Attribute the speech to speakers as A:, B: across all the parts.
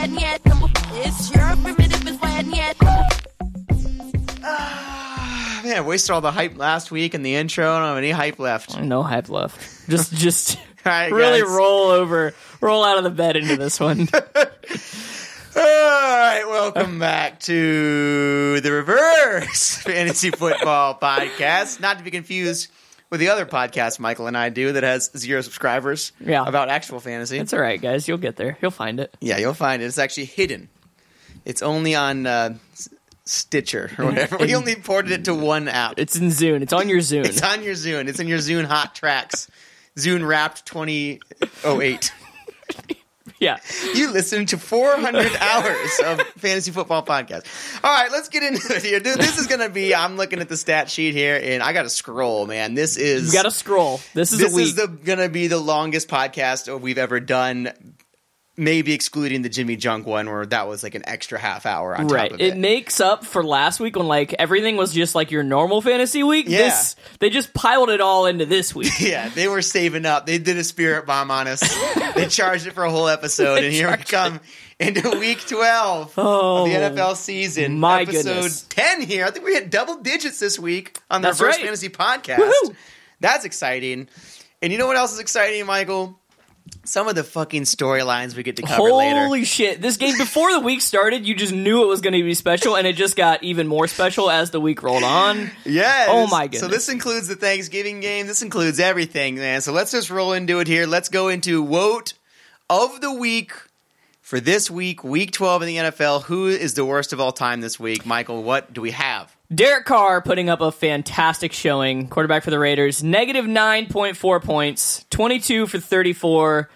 A: Man, I wasted all the hype last week in the intro. I don't have any hype left. All
B: No hype left. Just just
A: right,
B: Mm. really
A: guys.
B: roll over, roll out of the bed into this one.
A: All right, welcome back to the Reverse Fantasy Football Podcast. Not to be confused with the other podcast Michael and I do that has zero subscribers
B: Yeah.
A: about actual fantasy.
B: it's all right, guys. You'll get there. You'll find it.
A: yeah, you'll find it. It's actually hidden. It's only on uh, S- Stitcher or whatever. we only ported it to one app.
B: It's in Zune. It's on your Zune.
A: It's on your Zune. It's in your Zune Hot Tracks. Zune Wrapped 2008.
B: yeah.
A: You listened to 400 hours of fantasy football podcast. All right, let's get into it here. Dude, this is going to be, I'm looking at the stat sheet here, and I got to scroll, man. This is.
B: You got to scroll. This is
A: this
B: a week.
A: is the gonna be the longest podcast we've ever done, maybe excluding the Jimmy Junk one, where that was like an extra half hour on
B: right.
A: top of
B: It.
A: it.
B: makes up for last week when like everything was just like your normal fantasy week.
A: Yeah.
B: This they just piled it all into this week.
A: yeah, they were saving up. They did a spirit bomb on us. they charged it for a whole episode, and here we come into week twelve
B: Oh,
A: of the NFL season.
B: my
A: episode
B: goodness.
A: ten here. I think we hit double digits this week on the
B: That's
A: Reverse
B: right.
A: Fantasy Podcast.
B: Woohoo.
A: That's exciting. And you know what else is exciting, Michael? Some of the fucking storylines we get to cover later.
B: Holy shit. This game, before the week started, you just knew it was going to be special, and it just got even more special as the week rolled on.
A: Yes.
B: Oh my
A: So
B: goodness.
A: this includes the Thanksgiving game. This includes everything, man. So let's just roll into it here. Let's go into vote of the week for this week, week 12 in the NFL. Who is the worst of all time this week? Michael, what do we have?
B: Derek Carr putting up a fantastic showing, quarterback for the Raiders, negative 9.4 points, 22 for 34,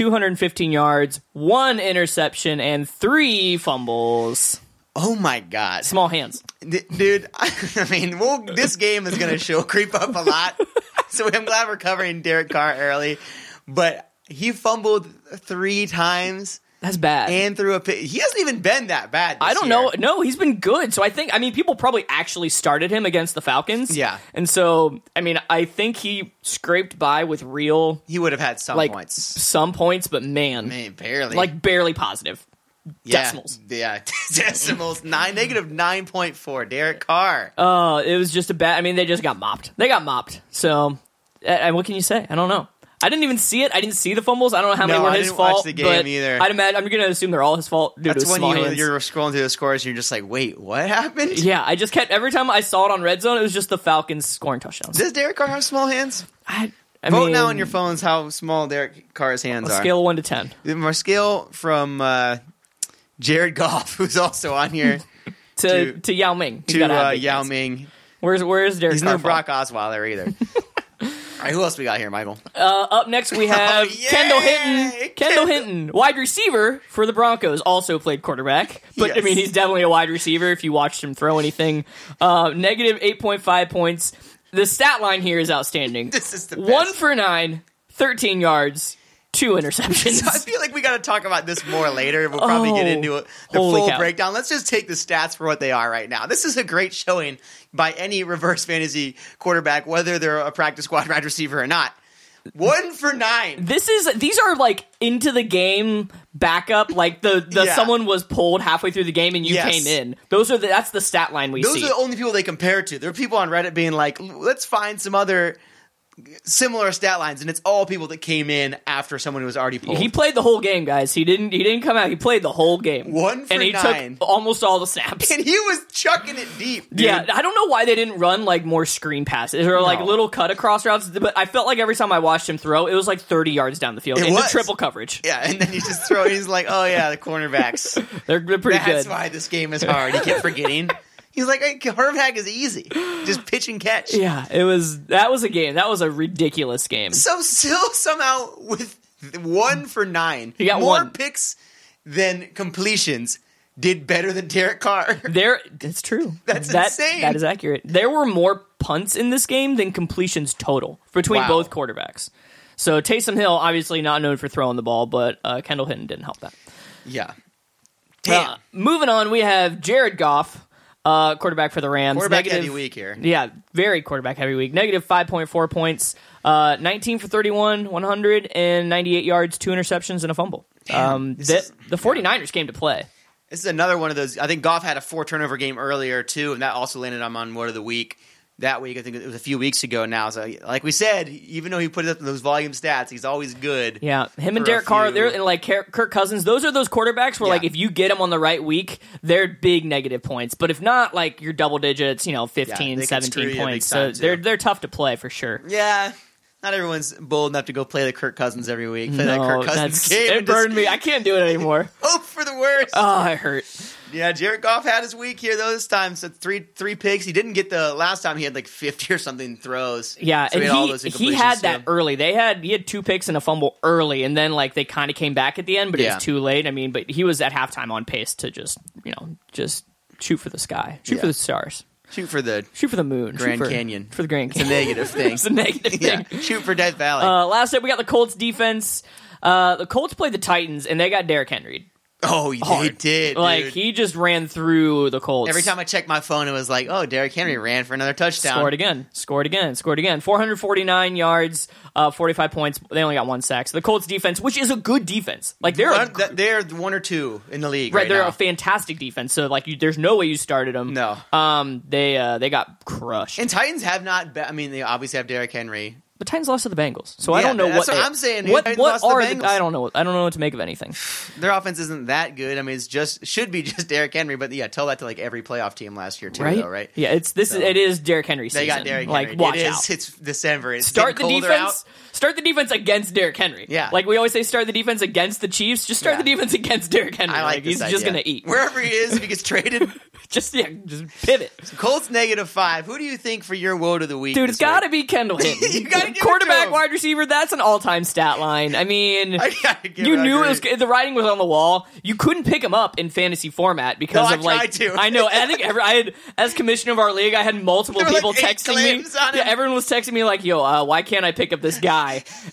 B: 215 yards, one interception, and three fumbles.
A: Oh my god.
B: Small hands.
A: D- dude, I mean, well, this game is going to show creep up a lot. So I'm glad we're covering Derek Carr early, but he fumbled 3 times
B: That's bad.
A: and threw a pick. He hasn't even been that bad. This
B: I don't
A: year.
B: know. No, he's been good. So I think I mean people probably actually started him against the Falcons.
A: Yeah.
B: And so I mean I think he scraped by with real
A: He would have had some
B: like
A: points.
B: some points, but man,
A: I mean, barely.
B: like barely positive.
A: yeah,
B: decimals.
A: Yeah, decimals. Nine negative nine point four. Derek Carr.
B: Oh, it was just a bad. I mean, they just got mopped. They got mopped. So, and what can you say? I don't know. I didn't even see it. I didn't see the fumbles. I don't know how many
A: No,
B: were
A: I
B: his
A: didn't watch
B: fault.
A: the game
B: but
A: either.
B: I'd imagine. I'm gonna assume they're all his fault. Due
A: That's
B: to his
A: when
B: small
A: you,
B: hands.
A: you're scrolling through the scores and you're just like, wait, what happened?
B: Yeah, I just kept every time I saw it on red zone, it was just the Falcons scoring touchdowns.
A: Does Derek Carr have small hands?
B: I, I
A: Vote
B: mean,
A: now on your phones how small Derek Carr's hands
B: a
A: are.
B: scale of one to ten.
A: Our scale from uh, Jared Goff, who's also on here,
B: to,
A: To-
B: to Yao Ming. He's
A: to
B: gotta have
A: uh,
B: big
A: Yao
B: hands.
A: Ming.
B: Where's where's Derek?
A: He's
B: Carr
A: no
B: from?
A: Brock Osweiler either. All right, who else we got here, Michael?
B: Uh, up next we have
A: Oh, yay!
B: Kendall Hinton. Kendall
A: Kendall-
B: Hinton, wide receiver for the Broncos, also played quarterback, but I
A: Yes.
B: mean he's definitely a wide receiver if you watched him throw anything. Uh, Negative eight point five points. The stat line here is outstanding.
A: This is the best.
B: One for nine, 13 yards, two
A: So I
B: interceptions.
A: feel like we got to talk about this more later. We'll probably get
B: Oh,
A: into it, the
B: holy
A: full
B: cow.
A: breakdown. Let's just take the stats for what they are right now. This is a great showing by any reverse fantasy quarterback, whether they're a practice squad wide receiver or not. One for nine.
B: This is these are like into the game backup, like the, the
A: Yeah.
B: someone was pulled halfway through the game and you
A: Yes.
B: came in. Those are the, that's the stat line we
A: Those
B: see.
A: are the only people they compare to. There are people on Reddit being like, let's find some other similar stat lines. And it's all people that came in after someone who was already pulled.
B: He played the whole game, guys. He didn't. He didn't come out. He played the whole game.
A: One for
B: and he
A: nine.
B: took almost all the snaps.
A: and he was chucking it deep. dude.
B: Yeah, I don't know why they didn't run like more screen passes or like
A: No.
B: little cut across routes. But I felt like every time I watched him throw, it was like thirty yards down the field
A: It
B: into
A: was.
B: triple coverage.
A: Yeah, and then you just throw. He's like, "Oh yeah, the cornerbacks."
B: They're, they're pretty
A: That's
B: good.
A: why this game is hard. You kept forgetting. He's like, hey, Herb Hack is easy. Just pitch and catch.
B: Yeah, it was. That was a game. That was a ridiculous game.
A: So still somehow with one for nine,
B: He got
A: more
B: one.
A: picks than completions, did better than Derek Carr.
B: There, it's true.
A: That's
B: that,
A: insane.
B: That is accurate. There were more punts in this game than completions total between
A: Wow.
B: both quarterbacks. So Taysom Hill, obviously not known for throwing the ball, but uh, Kendall Hinton didn't help that.
A: yeah.
B: Uh,
A: Damn.
B: moving on, we have Jared Goff, uh, quarterback for the Rams.
A: Quarterback
B: Negative-
A: heavy week here.
B: Yeah, very quarterback heavy week. Negative 5.4 points, uh, 19 for 31, 198 yards, two interceptions, and a fumble. Um,
A: this
B: the,
A: is-
B: the 49ers came to play.
A: This is another one of those. I think Goff had a four turnover game earlier too, and that also landed him on one of the week. that week. I think it was a few weeks ago now. So, like we said, even though he put up those volume stats, he's always good.
B: Yeah, him
A: For a
B: and Derek Carr,
A: few-
B: they're and like Kirk Kirk Cousins. Those are those quarterbacks where
A: Yeah.
B: like if you get them on the right week, they're big negative points. But if not, like you're double digits, you know, 15,
A: they can screw
B: 17
A: you big
B: points. So
A: time, too.
B: they're they're tough to play for sure.
A: Yeah, not everyone's bold enough to go play the Kirk Cousins every week. Play that Kirk Cousins
B: Oh, that's-
A: game.
B: it
A: and just
B: burned me. I can't do it anymore.
A: Hope for the worst.
B: Oh, it hurt.
A: Yeah, Jared Goff had his week here though. This time, so three three picks. He didn't get the last time. He had like fifty or something throws.
B: Yeah,
A: so had all
B: and
A: those
B: he he had
A: incompletions,
B: that
A: too.
B: early. They had he had two picks and a fumble early, and then like they kind of came back at the end, but it
A: Yeah.
B: was too late. I mean, but he was at halftime on pace to just you know just shoot for the sky, shoot for
A: Yeah.
B: the stars,
A: shoot for the
B: shoot for the moon, shoot
A: Grand
B: for-
A: Canyon.
B: for the Grand
A: it's a
B: Canyon.
A: negative thing.
B: it's a negative
A: yeah,
B: thing.
A: shoot for Death Valley.
B: Uh, last up, we got the Colts defense. Uh, the Colts played the Titans, and they got Derrick Henry.
A: oh, they
B: hard.
A: did.
B: Like
A: dude.
B: he just ran through the Colts
A: every time I checked my phone, it was like, oh, Derrick Henry ran for another touchdown.
B: Scored again. Scored again. Scored again. 449 yards, uh, 45 points. They only got one sack. So the Colts defense, which is a good defense. Like they're a,
A: One- th- they're one or two in the league
B: right,
A: right,
B: they're
A: now.
B: a fantastic defense. So like you, there's no way you started them.
A: No.
B: Um they uh, they got crushed.
A: and Titans have not. Be- I mean, they obviously have Derrick Henry.
B: the Titans lost to the Bengals. So I
A: Yeah,
B: don't know
A: that's
B: what,
A: what
B: they-
A: I'm saying.
B: What
A: They
B: what
A: lost to the
B: are the,
A: Bengals.
B: I don't know. I don't know what to make of anything.
A: Their offense isn't that good. I mean, it's just should be just Derrick Henry. But yeah, tell that to like every playoff team last year too,
B: Right?
A: though, right?
B: Yeah, it's this is
A: So-
B: it is Derrick Henry season.
A: They got Derrick
B: like
A: Henry.
B: watch
A: it is,
B: out.
A: It's December. It's
B: start the
A: getting colder
B: defense. Start the defense against Derrick Henry.
A: Yeah.
B: like we always say, start the defense against the Chiefs. Just start
A: Yeah.
B: the defense against Derrick Henry.
A: Out. I like this
B: he's
A: idea.
B: just gonna eat.
A: wherever he is. If he gets traded,
B: just yeah, just pivot,
A: Colts negative five. Who do you think for your woe to the week?
B: dude. It's got to be Kendall Hinton.
A: You gotta give it to
B: quarterback,
A: him.
B: wide receiver. That's an all-time stat line. I mean.
A: I gotta give
B: you
A: it- I
B: knew it was
A: agree.
B: the writing was on the wall. You couldn't pick him up in fantasy format because
A: No, I
B: of
A: tried
B: like
A: to.
B: I know. I think every, I had as commissioner of our league, I had multiple
A: There were,
B: people
A: like, eight
B: texting me.
A: claims on
B: Yeah,
A: him.
B: everyone was texting me like, "Yo, uh, why can't I pick up this guy?"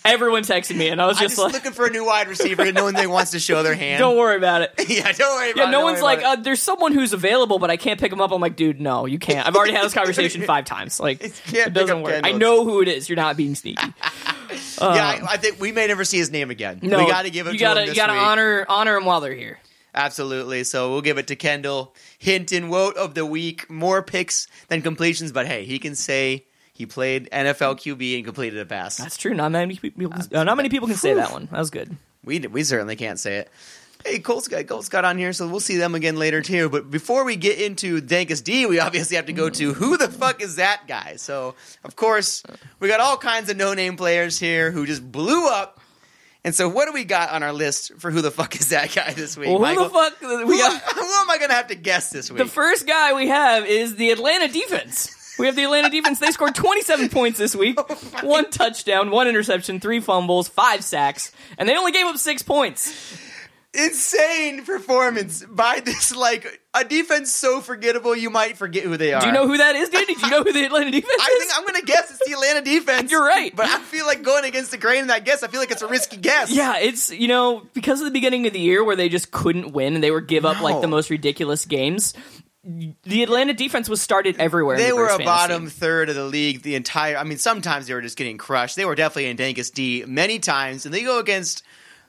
B: Everyone texted me, and I was
A: I'm
B: just,
A: just
B: like,
A: looking for a new wide receiver, and no one that wants to show their hand.
B: "Don't worry about it."
A: yeah, don't worry. about
B: Yeah,
A: it,
B: no
A: don't
B: one's
A: worry
B: like,
A: about
B: uh, there's someone who's available, but I can't pick him up. I'm like, dude, no, you can't. I've already had this conversation five times. Like,
A: You can't
B: it
A: pick
B: doesn't
A: up
B: work. I
A: Kendall.
B: know who it is. You're not being sneaky.
A: it. yeah, I, I think we may never see his name again.
B: uh, No,
A: we got to give it.
B: You
A: to him
B: gotta,
A: this
B: you gotta
A: week.
B: honor honor him while they're here.
A: Absolutely. So we'll give it to Kendall. Hinton, Woat of the week. More picks than completions, but hey, he can say he played NFL QB and completed a pass.
B: That's true. Not many people. uh, not many people can say that one. That was good.
A: We we certainly can't say it. Hey, Colts got Colts got on here, so we'll see them again later too. But before we get into Dankus D, we obviously have to go to who the fuck is that guy? So of course we got all kinds of no name players here who just blew up. And so what do we got on our list for who the fuck is that guy this week?
B: Well, who
A: Michael?
B: the fuck? We
A: Who,
B: got,
A: who am I gonna have to guess this week?
B: the first guy we have is the Atlanta defense. We have the Atlanta defense. They scored 27 points this week,
A: Oh
B: one touchdown, one interception, three fumbles, five sacks, and they only gave up six points.
A: Insane performance by this like a defense so forgettable you might forget who they are.
B: Do you know who that is, Danny? Do you know who the Atlanta defense is?
A: I think I'm gonna guess it's the Atlanta defense.
B: You're right.
A: but I feel like going against the grain in that guess. I feel like it's a risky guess.
B: yeah, it's you know because of the beginning of the year where they just couldn't win and they were give up like
A: No.
B: the most ridiculous games. The Atlanta defense was started everywhere. in
A: they
B: the
A: were
B: first
A: a
B: fantasy.
A: bottom third of the league the entire. I mean, sometimes they were just getting crushed. They were definitely in Dankus D many times, and they go against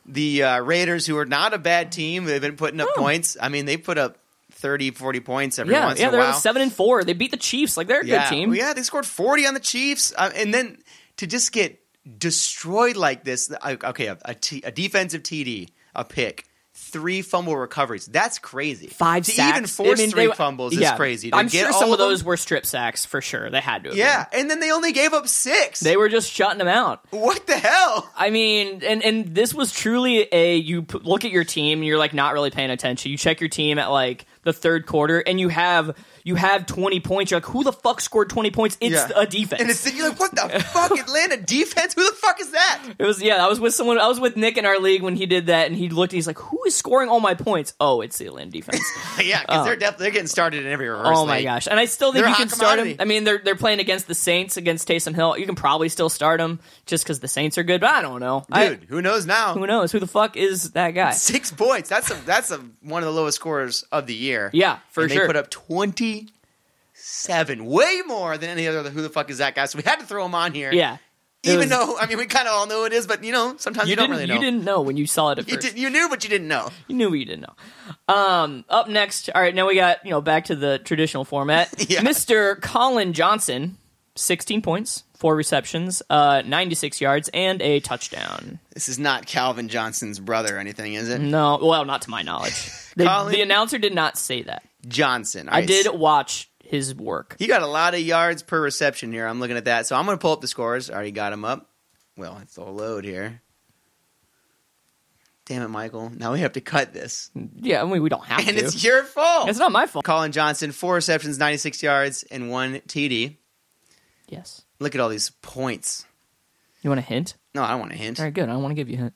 A: the uh, Raiders, who are not a bad team. They've been putting up points. I mean, they put up 30, 40 points every
B: Oh. Yeah,
A: once
B: yeah,
A: in a
B: they're
A: while.
B: seven and four. They beat the Chiefs. Like they're a
A: yeah.
B: good team.
A: Yeah, they scored 40 on the Chiefs. Uh, and then to just get destroyed like this, I- okay, a, a, t- a defensive TD, a pick, three fumble recoveries. That's crazy.
B: Five
A: to
B: sacks.
A: even force
B: I mean,
A: three
B: they-
A: fumbles
B: yeah.
A: is crazy. To
B: I'm
A: get
B: sure
A: all
B: some of
A: them-
B: those were strip sacks for sure. They had to. Have
A: Yeah, and then they only gave up six.
B: been. they were just shutting them out.
A: what the hell?
B: I mean, and and this was truly a you p- look at your team and you're like not really paying attention. You check your team at like the third quarter and you have you have 20 points. You're like, who the fuck scored 20 points? It's
A: Yeah.
B: a defense.
A: And it's, you're like, what the fuck, Atlanta defense? Who the fuck is that?
B: it was yeah. I was with someone. I was with Nick in our league when he did that and he looked. and He's like, who is scoring all my points? Oh, it's the Atlanta defense.
A: yeah, because they're definitely they're getting started in every rehearsal.
B: Uh. Oh my gosh! And I still think
A: They're a
B: you can
A: hot
B: start him.
A: commodity.
B: I mean, they're they're playing against the Saints, against Taysom Hill. You can probably still start him just because the Saints are good. But I don't know, I-
A: dude. who knows now?
B: who knows who the fuck is that guy?
A: Six points. That's a that's a one of the lowest scores of the year.
B: Yeah, for
A: and
B: sure.
A: They put up twenty seven, way more than any other. Who the fuck is that guy? So we had to throw him on here.
B: Yeah, It
A: even
B: was-
A: though I mean we kind of all know it is, but you know sometimes
B: you,
A: you, don't
B: didn't
A: really know.
B: you didn't know when you saw it at
A: You,
B: first.
A: did- you knew, but you didn't know.
B: You knew what you didn't know. Um, up next, all right. Now we got you know back to the traditional format.
A: Yeah.
B: Mr. Colin Johnson 16 points, four receptions, uh, 96 yards, and a touchdown.
A: This is not Calvin Johnson's brother or anything, is it?
B: No, well, not to my knowledge. They-
A: Colin-
B: the announcer did not say that.
A: Johnson.
B: Mm-hmm. I did watch his work.
A: He got a lot of yards per reception here. I'm looking at that. So I'm going to pull up the scores. I already got him up. Well, it's all load here. Damn it, Michael. Now we have to cut this.
B: Yeah, I mean, we don't have
A: And
B: to.
A: it's your fault.
B: it's not my fault.
A: Colin Johnson, four receptions, 96 yards, and one TD.
B: Yes.
A: Look at all these points.
B: You want a hint?
A: No, I don't want a hint.
B: All right, good. I don't want to give you a hint.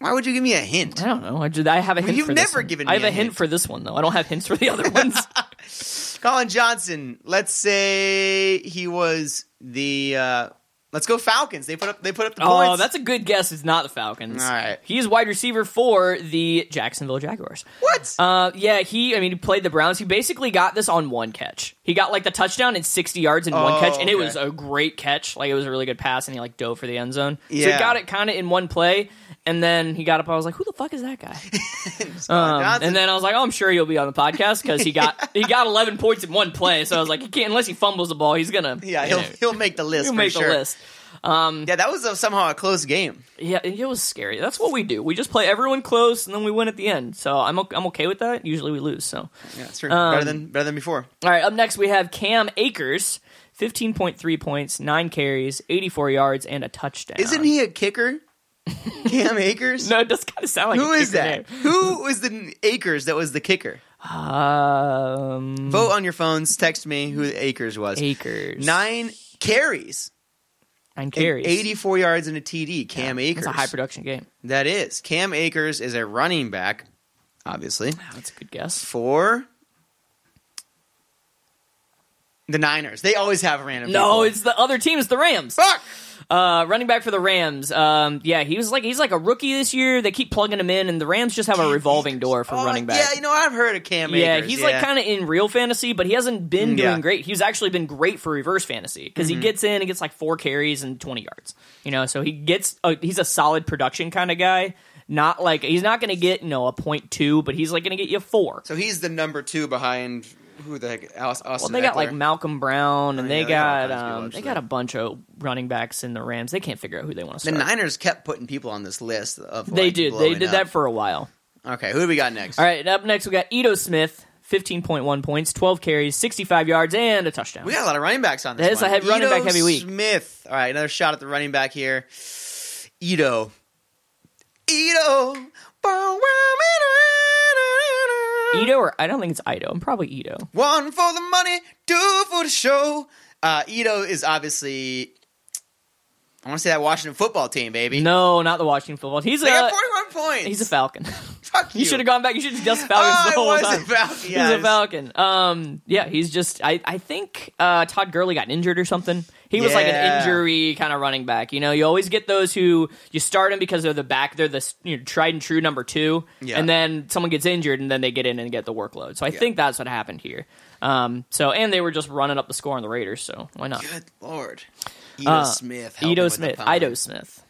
A: Why would you give me a hint?
B: I don't know. I, just, I have a
A: Well,
B: hint.
A: you've
B: for this
A: never
B: one.
A: given
B: I
A: me
B: have
A: a
B: a hint
A: hint.
B: for this one though. I don't have hints for the other ones.
A: Colin Johnson, let's say he was the uh, let's go Falcons. They put up they put up the points.
B: oh, that's a good guess. It's not the Falcons.
A: All right.
B: He's wide receiver for the Jacksonville Jaguars.
A: what?
B: Uh, yeah, he. I mean, he played the Browns. He basically got this on one catch. He got like the touchdown and sixty yards in one
A: Oh,
B: catch, and it
A: okay.
B: was a great catch. Like it was a really good pass, and he like dove for the end zone. So he
A: Yeah.
B: got it kind of in one play, and then he got up. I was like, who the fuck is that guy?
A: Colin
B: Um,
A: Johnson.
B: and then I was like, oh, I'm sure he'll be on the podcast because he got he got 11 points in one play. So I was like, he can't unless he fumbles the ball, he's gonna
A: yeah,
B: you
A: he'll
B: know,
A: he'll make the list.
B: he'll
A: for
B: make
A: sure.
B: the list.
A: Yeah, that was a, somehow a close game.
B: Yeah, it it was scary. That's what we do. We just play everyone close and then we win at the end. So I'm o- I'm okay with that. Usually we lose. So
A: Yeah, it's true.
B: Um,
A: better than better than before.
B: all right, up next we have Cam Akers, 15.3 points, nine carries, 84 yards, and a touchdown.
A: Isn't he a kicker? Cam Akers.
B: No, it does kind of sound like
A: Who
B: a
A: is
B: kicker
A: that? Who was the Akers that was the kicker?
B: name. Um,
A: Vote on your phones. Text me who the Akers was.
B: Akers
A: Nine carries,
B: nine
A: and
B: carries.
A: 84 yards and a TD. Cam Akers.
B: That's a high production game.
A: That is. Cam Akers is a running back, obviously,
B: Wow, that's a good guess.
A: for the Niners. They always have random people.
B: No, it's the other team. It's the Rams.
A: Fuck!
B: Uh, running back for the Rams. Um, yeah, he was like he's like a rookie this year. They keep plugging him in, and the Rams just have a revolving door for
A: Oh,
B: running
A: Yeah,
B: back.
A: you know, I've heard of Cam
B: yeah,
A: Akers.
B: he's like kind of in real fantasy, but he hasn't been
A: Mm,
B: doing
A: yeah. Mm-hmm.
B: great. He's actually been great for reverse fantasy because he gets in and gets like four carries and twenty yards. You know, so he gets a, he's a solid production kind of guy. Not like he's not going to get you know a point two, but he's like going to get you a four.
A: So he's the number two behind who the heck? Aus- Austin
B: Well, they got
A: Eckler.
B: like Malcolm Brown, and
A: Oh, yeah,
B: they
A: they got all
B: got
A: kinds of people,
B: um, they
A: actually.
B: got a bunch of running backs in the Rams. They can't figure out who they want to
A: The
B: start.
A: Niners kept putting people on this list of
B: they
A: like,
B: did. They
A: blowing
B: did
A: up.
B: that for a while.
A: Okay, who do we got next?
B: All right, up next we got Ito Smith, fifteen point one points, twelve carries, sixty five yards, and a touchdown.
A: We got a lot of running backs on this.
B: That is a
A: one.
B: heavy- running
A: Ito
B: back heavy week.
A: Smith. All right, another shot at the running back here. Ito. Ito.
B: Ito or I don't think it's Ito. I'm probably Ito.
A: One for the money, two for the show. Uh, Ito is obviously. I want to say that Washington football team, baby.
B: No, not the Washington football. He's
A: they
B: a
A: got 41 points.
B: he's a Falcon.
A: Fuck you.
B: you should have gone back. You should have just Falcons
A: Oh,
B: the
A: it
B: whole
A: was
B: time.
A: a Falcon. Yeah,
B: he's a
A: it's-
B: Falcon. Um, yeah, he's just. I, I think uh, Todd Gurley got injured or something. He was like an
A: Yeah.
B: injury kind of running back. You know, you always get those who you start them because they're the back, they're the you know, tried and true number two,
A: Yeah.
B: and then someone gets injured and then they get in and get the workload. So I think that's what happened here. Um, so and they were just running up the score on the Raiders. So why not?
A: Good lord. Ito
B: Uh,
A: Smith. help him
B: Ito
A: with the
B: Smith,
A: pun.
B: Ito Smith.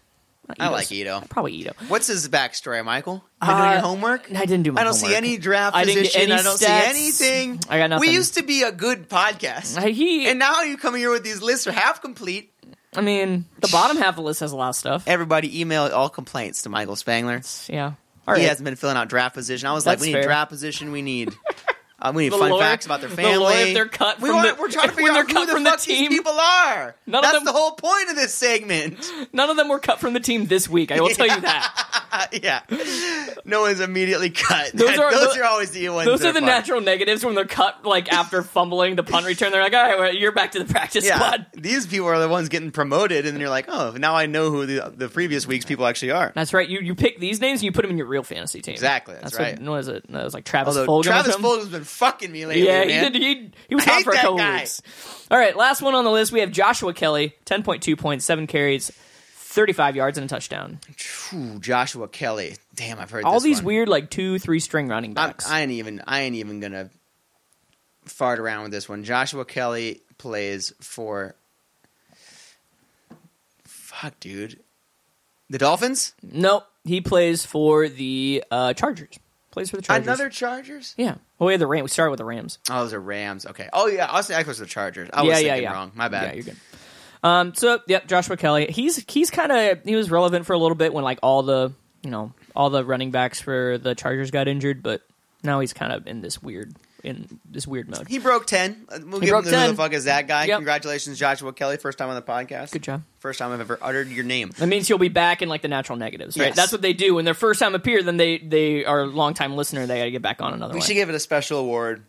B: Not
A: I like Ito.
B: Probably Ito.
A: What's his backstory, Michael? You been doing
B: Uh,
A: your homework?
B: I didn't do my
A: I don't see
B: homework.
A: any draft
B: I didn't get
A: position.
B: any
A: I don't
B: stats.
A: see anything.
B: I got nothing.
A: We used to be a good podcast.
B: Uh, He
A: and now you come here with these lists are half complete.
B: I mean, the bottom half of the list has a lot of stuff.
A: Everybody email all complaints to Michael Spangler.
B: Yeah. All right.
A: He hasn't been filling out draft position. I was
B: That's
A: like, we
B: fair.
A: need draft position. We need uh, we need
B: The
A: fun
B: lore-
A: facts about their
B: the
A: family.
B: lore if they're cut
A: we
B: from
A: want,
B: the-
A: we're trying to
B: when
A: figure
B: they're
A: out
B: cut
A: who the
B: from the
A: fuck
B: team.
A: these people are.
B: None of
A: That's
B: them-
A: the whole point of this segment.
B: None of them were cut from the team this week. I will tell you that.
A: yeah, no one's immediately cut.
B: Those are-
A: those
B: tho-
A: are always the ones.
B: Those
A: that
B: are the
A: fun.
B: natural negatives when they're cut, like after fumbling the punt return. They're like, all right, well, you're back to the practice
A: Yeah,
B: squad.
A: these people are the ones getting promoted, and you're like, oh, now I know who the, the previous week's people actually are.
B: That's right. You you pick these names and you put them in your real fantasy team.
A: Exactly, that's
B: what-
A: right.
B: What was it? That was like Travis
A: Although
B: Fulgham. or
A: Travis
B: something?
A: Fulgham's been fucking me lately.
B: Yeah,
A: man.
B: he did. He, he was
A: I
B: hot
A: hate
B: for a
A: that
B: couple
A: guy.
B: weeks. All right, last one on the list. We have Joshua Kelly, ten point two points, seven carries, thirty five yards, and a touchdown.
A: Phew, Joshua Kelly. Damn, I've heard
B: All
A: this
B: these
A: one.
B: weird like two, three string running
A: I'm,
B: backs.
A: I ain't even. I ain't even gonna fart around with this one. Joshua Kelly plays for. Fuck, dude. The Dolphins.
B: Nope. He plays for the uh, Chargers. Plays for the Chargers.
A: Another Chargers?
B: Yeah. Well, we had the Rams. We started with the Rams.
A: Oh, those are Rams. Okay. Oh yeah, Austin Eckler's the Chargers. I was
B: yeah, yeah,
A: thinking
B: yeah.
A: wrong. My
B: Yeah,
A: bad.
B: you're good. Um, so yep, Joshua Kelly. He's he's kind of he was relevant for a little bit when like all the you know all the running backs for the Chargers got injured, but now he's kind of in this weird in this weird mode.
A: he broke ten. Uh, We'll
B: He
A: give him
B: broke
A: the who
B: 10.
A: the fuck is that guy.
B: Yep.
A: Congratulations, Joshua Kelly. First time on the podcast.
B: Good job.
A: First time I've ever uttered your name.
B: That means he'll be back in like the natural negatives, right?
A: Yes.
B: That's what they do when their first time appear. Then they they are a long time listener. They got to get back on another
A: We
B: one.
A: should give it a special award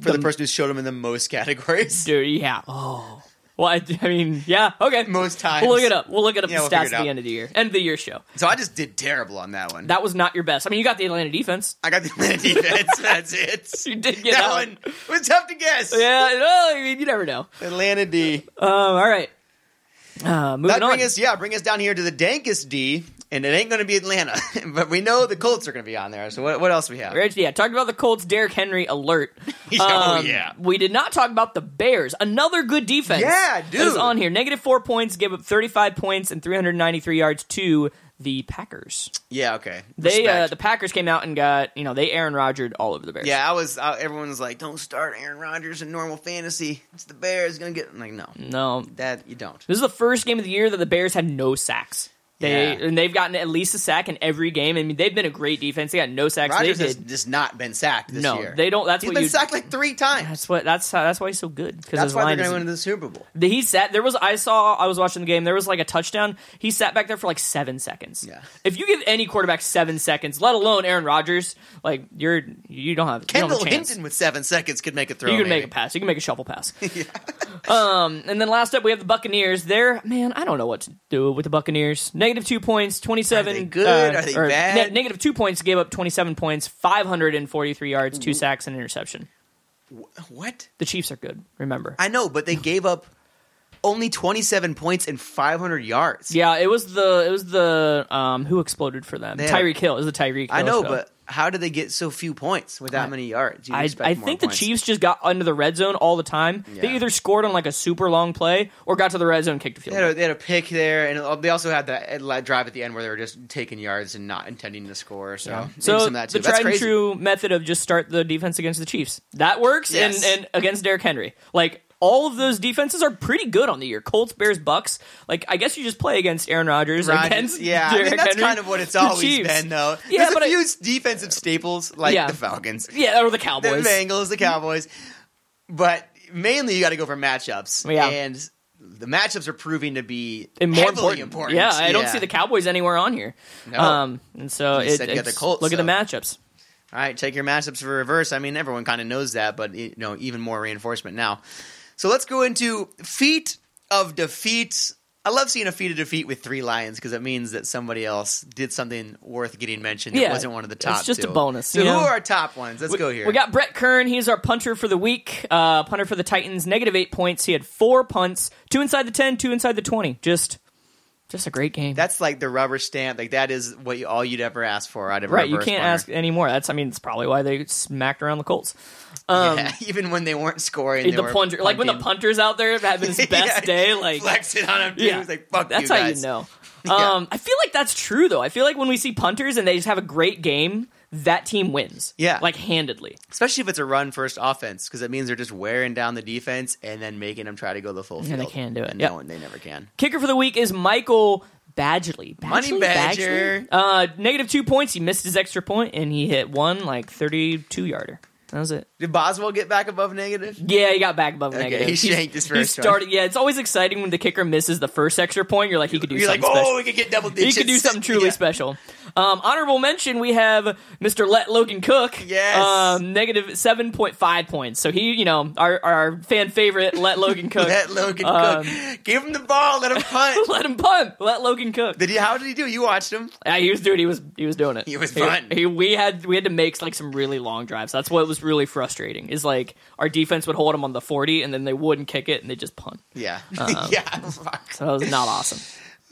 A: for the, person who showed him in the most categories.
B: Dude, yeah. Oh. Well, I, I mean, yeah. Okay.
A: Most times.
B: We'll look it up. We'll look it up
A: Yeah,
B: the
A: we'll figure
B: stats
A: it
B: at the
A: out.
B: end of the year. End of the year show.
A: So I just did terrible on that one.
B: That was not your best. I mean, you got the Atlanta defense.
A: I got the Atlanta defense. That's it.
B: You did get
A: that,
B: that
A: one. was tough to guess.
B: Yeah, well, I mean, you never know.
A: Atlanta D.
B: Um, all right. Uh, moving
A: That
B: on.
A: bring us, yeah, bring us down here to the dankest D, and it ain't going to be Atlanta, but we know the Colts are going to be on there. So what, what else we have?
B: Reg, yeah, talked about the Colts. Derrick Henry alert.
A: Oh,
B: Um,
A: yeah.
B: We did not talk about the Bears. Another good defense.
A: Yeah,
B: That is
A: dude.
B: on here. Negative four points, gave up thirty-five points and three hundred ninety-three yards to the Packers.
A: Yeah, okay.
B: They uh,
A: Respect.
B: the Packers came out and got you know they Aaron Rodgered all over the Bears.
A: yeah, I was. I, everyone was like, "Don't start Aaron Rodgers in normal fantasy. It's the Bears going to get." I'm like, no,
B: No,
A: that you don't.
B: This is the first game of the year that the Bears had no sacks. They
A: Yeah.
B: and they've gotten at least a sack in every game. I mean, they've been a great defense. They got no sacks.
A: Rodgers
B: they
A: has
B: did.
A: just not been sacked this
B: No,
A: year.
B: they don't- that's
A: He's
B: what
A: been
B: you-
A: sacked like three times.
B: That's what. That's how. That's why he's so good. Because
A: That's
B: his
A: why they're
B: line
A: going to win
B: isn't-
A: the Super Bowl.
B: He sat there was I saw I was watching the game. There was like a touchdown. He sat back there for like seven seconds.
A: Yeah.
B: If you give any quarterback seven seconds, let alone Aaron Rodgers, like you're you don't have you
A: Kendall
B: don't have a chance.
A: Hinton with seven seconds could make a throw.
B: You can
A: maybe.
B: make a pass. You can make a shovel pass. Um, and then last up, we have the Buccaneers. They're man, I don't know what to do with the Buccaneers. Negative two points, twenty-seven.
A: Are they good?
B: uh,
A: Are they
B: or
A: bad?
B: ne- negative two points gave up twenty-seven points, five hundred and forty-three yards, two sacks, and interception.
A: What?
B: The Chiefs are good. Remember?
A: I know, but they gave up only 27 points and 500 yards.
B: yeah, it was the it was the um who exploded for them.
A: They had a-
B: Tyreek Hill It was the Tyreek.
A: I
B: Hill
A: know,
B: show.
A: but how did they get so few points with that many yards? You'd
B: I,
A: expect
B: I
A: more
B: think the
A: points.
B: Chiefs just got under the red zone all the time. They
A: Yeah.
B: either scored on like a super long play or got to the red zone, and kicked a field.
A: They
B: goal.
A: had, a, they had a pick there, and they also had that uh, drive at the end where they were just taking yards and not intending to score. So, maybe
B: So
A: some of that too.
B: the
A: That's
B: tried and
A: crazy.
B: true method of just start the defense against the Chiefs that works,
A: Yes.
B: and, and against Derrick Henry, like all of those defenses are pretty good on the year. Colts, Bears, Bucks. Like I guess you just play against Aaron Rodgers,
A: Rodgers-
B: against
A: yeah, I mean,
B: Derrick
A: that's
B: Henry,
A: kind of what it's
B: the
A: always
B: Chiefs.
A: been, though.
B: Yeah,
A: There's
B: but
A: a few
B: I-
A: defensive staples like
B: Yeah.
A: the Falcons,
B: Yeah, or the
A: the
B: Cowboys.
A: Bengals, the Cowboys, but mainly you got to go for matchups,
B: Yeah.
A: and the matchups are proving to be
B: And more
A: heavily
B: important,
A: important.
B: yeah, I don't see the Cowboys anywhere on here.
A: No.
B: Um, and so
A: You
B: it,
A: said you got
B: it's-
A: the Colts,
B: look at the
A: so.
B: matchups.
A: All right, take your matchups for reverse. I mean, everyone kind of knows that, but you know, even more reinforcement now. So let's go into feat of defeat. I love seeing a feat of defeat with three lions because it means that somebody else did something worth getting mentioned. that
B: Yeah,
A: wasn't one of the
B: it's
A: top.
B: just a
A: two.
B: bonus,
A: So
B: you
A: who
B: know?
A: are our top ones? Let's go here.
B: We got Brett Kern. He's our punter for the week. Uh, punter for the Titans. Negative eight points. He had four punts. Two inside the ten. Two inside the twenty. Just, just a great game.
A: that's like the rubber stamp. Like that is what you, all you'd ever ask for out of a
B: right. You
A: reverse
B: can't
A: punter.
B: ask any more. That's. I mean, it's probably why they smacked around the Colts. Um,
A: Yeah, even when they weren't scoring. they
B: the
A: were
B: punter, like when the
A: punting.
B: punter's out there having his best
A: Yeah,
B: day, like
A: flexing on him. Too. Yeah, like fuck.
B: that's
A: you
B: how
A: guys.
B: you know.
A: Yeah.
B: Um, I feel like that's true though. I feel like when we see punters and they just have a great game, that team wins.
A: Yeah.
B: like handedly.
A: especially if it's a run first offense, because it means they're just wearing down the defense and then making them try to go the full field.
B: they can't do it.
A: And
B: Yep.
A: no, one- they never can.
B: Kicker for the week is Michael Badgley. Badgley?
A: Money Badger.
B: Badgley? Uh, negative two points. He missed his extra point and he hit one like thirty-two yarder. That was it.
A: Did Boswell get back above negative?
B: Yeah, he got back above
A: Okay,
B: negative.
A: he shanked his
B: He
A: first one.
B: started. Yeah, it's always exciting when the kicker misses the first extra point. You're like, he could do
A: You're like,
B: something special.
A: oh, we could get double
B: he
A: digits.
B: could do something truly
A: Yeah.
B: special. Um, honorable mention: We have Mr. Let Logan Cook.
A: Yes.
B: um, negative seven point five points. So he, you know, our our fan favorite, Let Logan Cook.
A: Let Logan
B: Um,
A: Cook. Give him the ball. Let him punt.
B: Let him punt. Let Logan Cook.
A: did he? How did he do? You watched him.
B: Yeah, he was dude. He was he was doing it.
A: He was fun.
B: He, we had we had to make like some really long drives. That's what was really frustrating. Is like our defense would hold him on the forty, and then they wouldn't kick it, and they just punt.
A: Yeah.
B: Uh-uh.
A: yeah. Fuck.
B: So that was not awesome.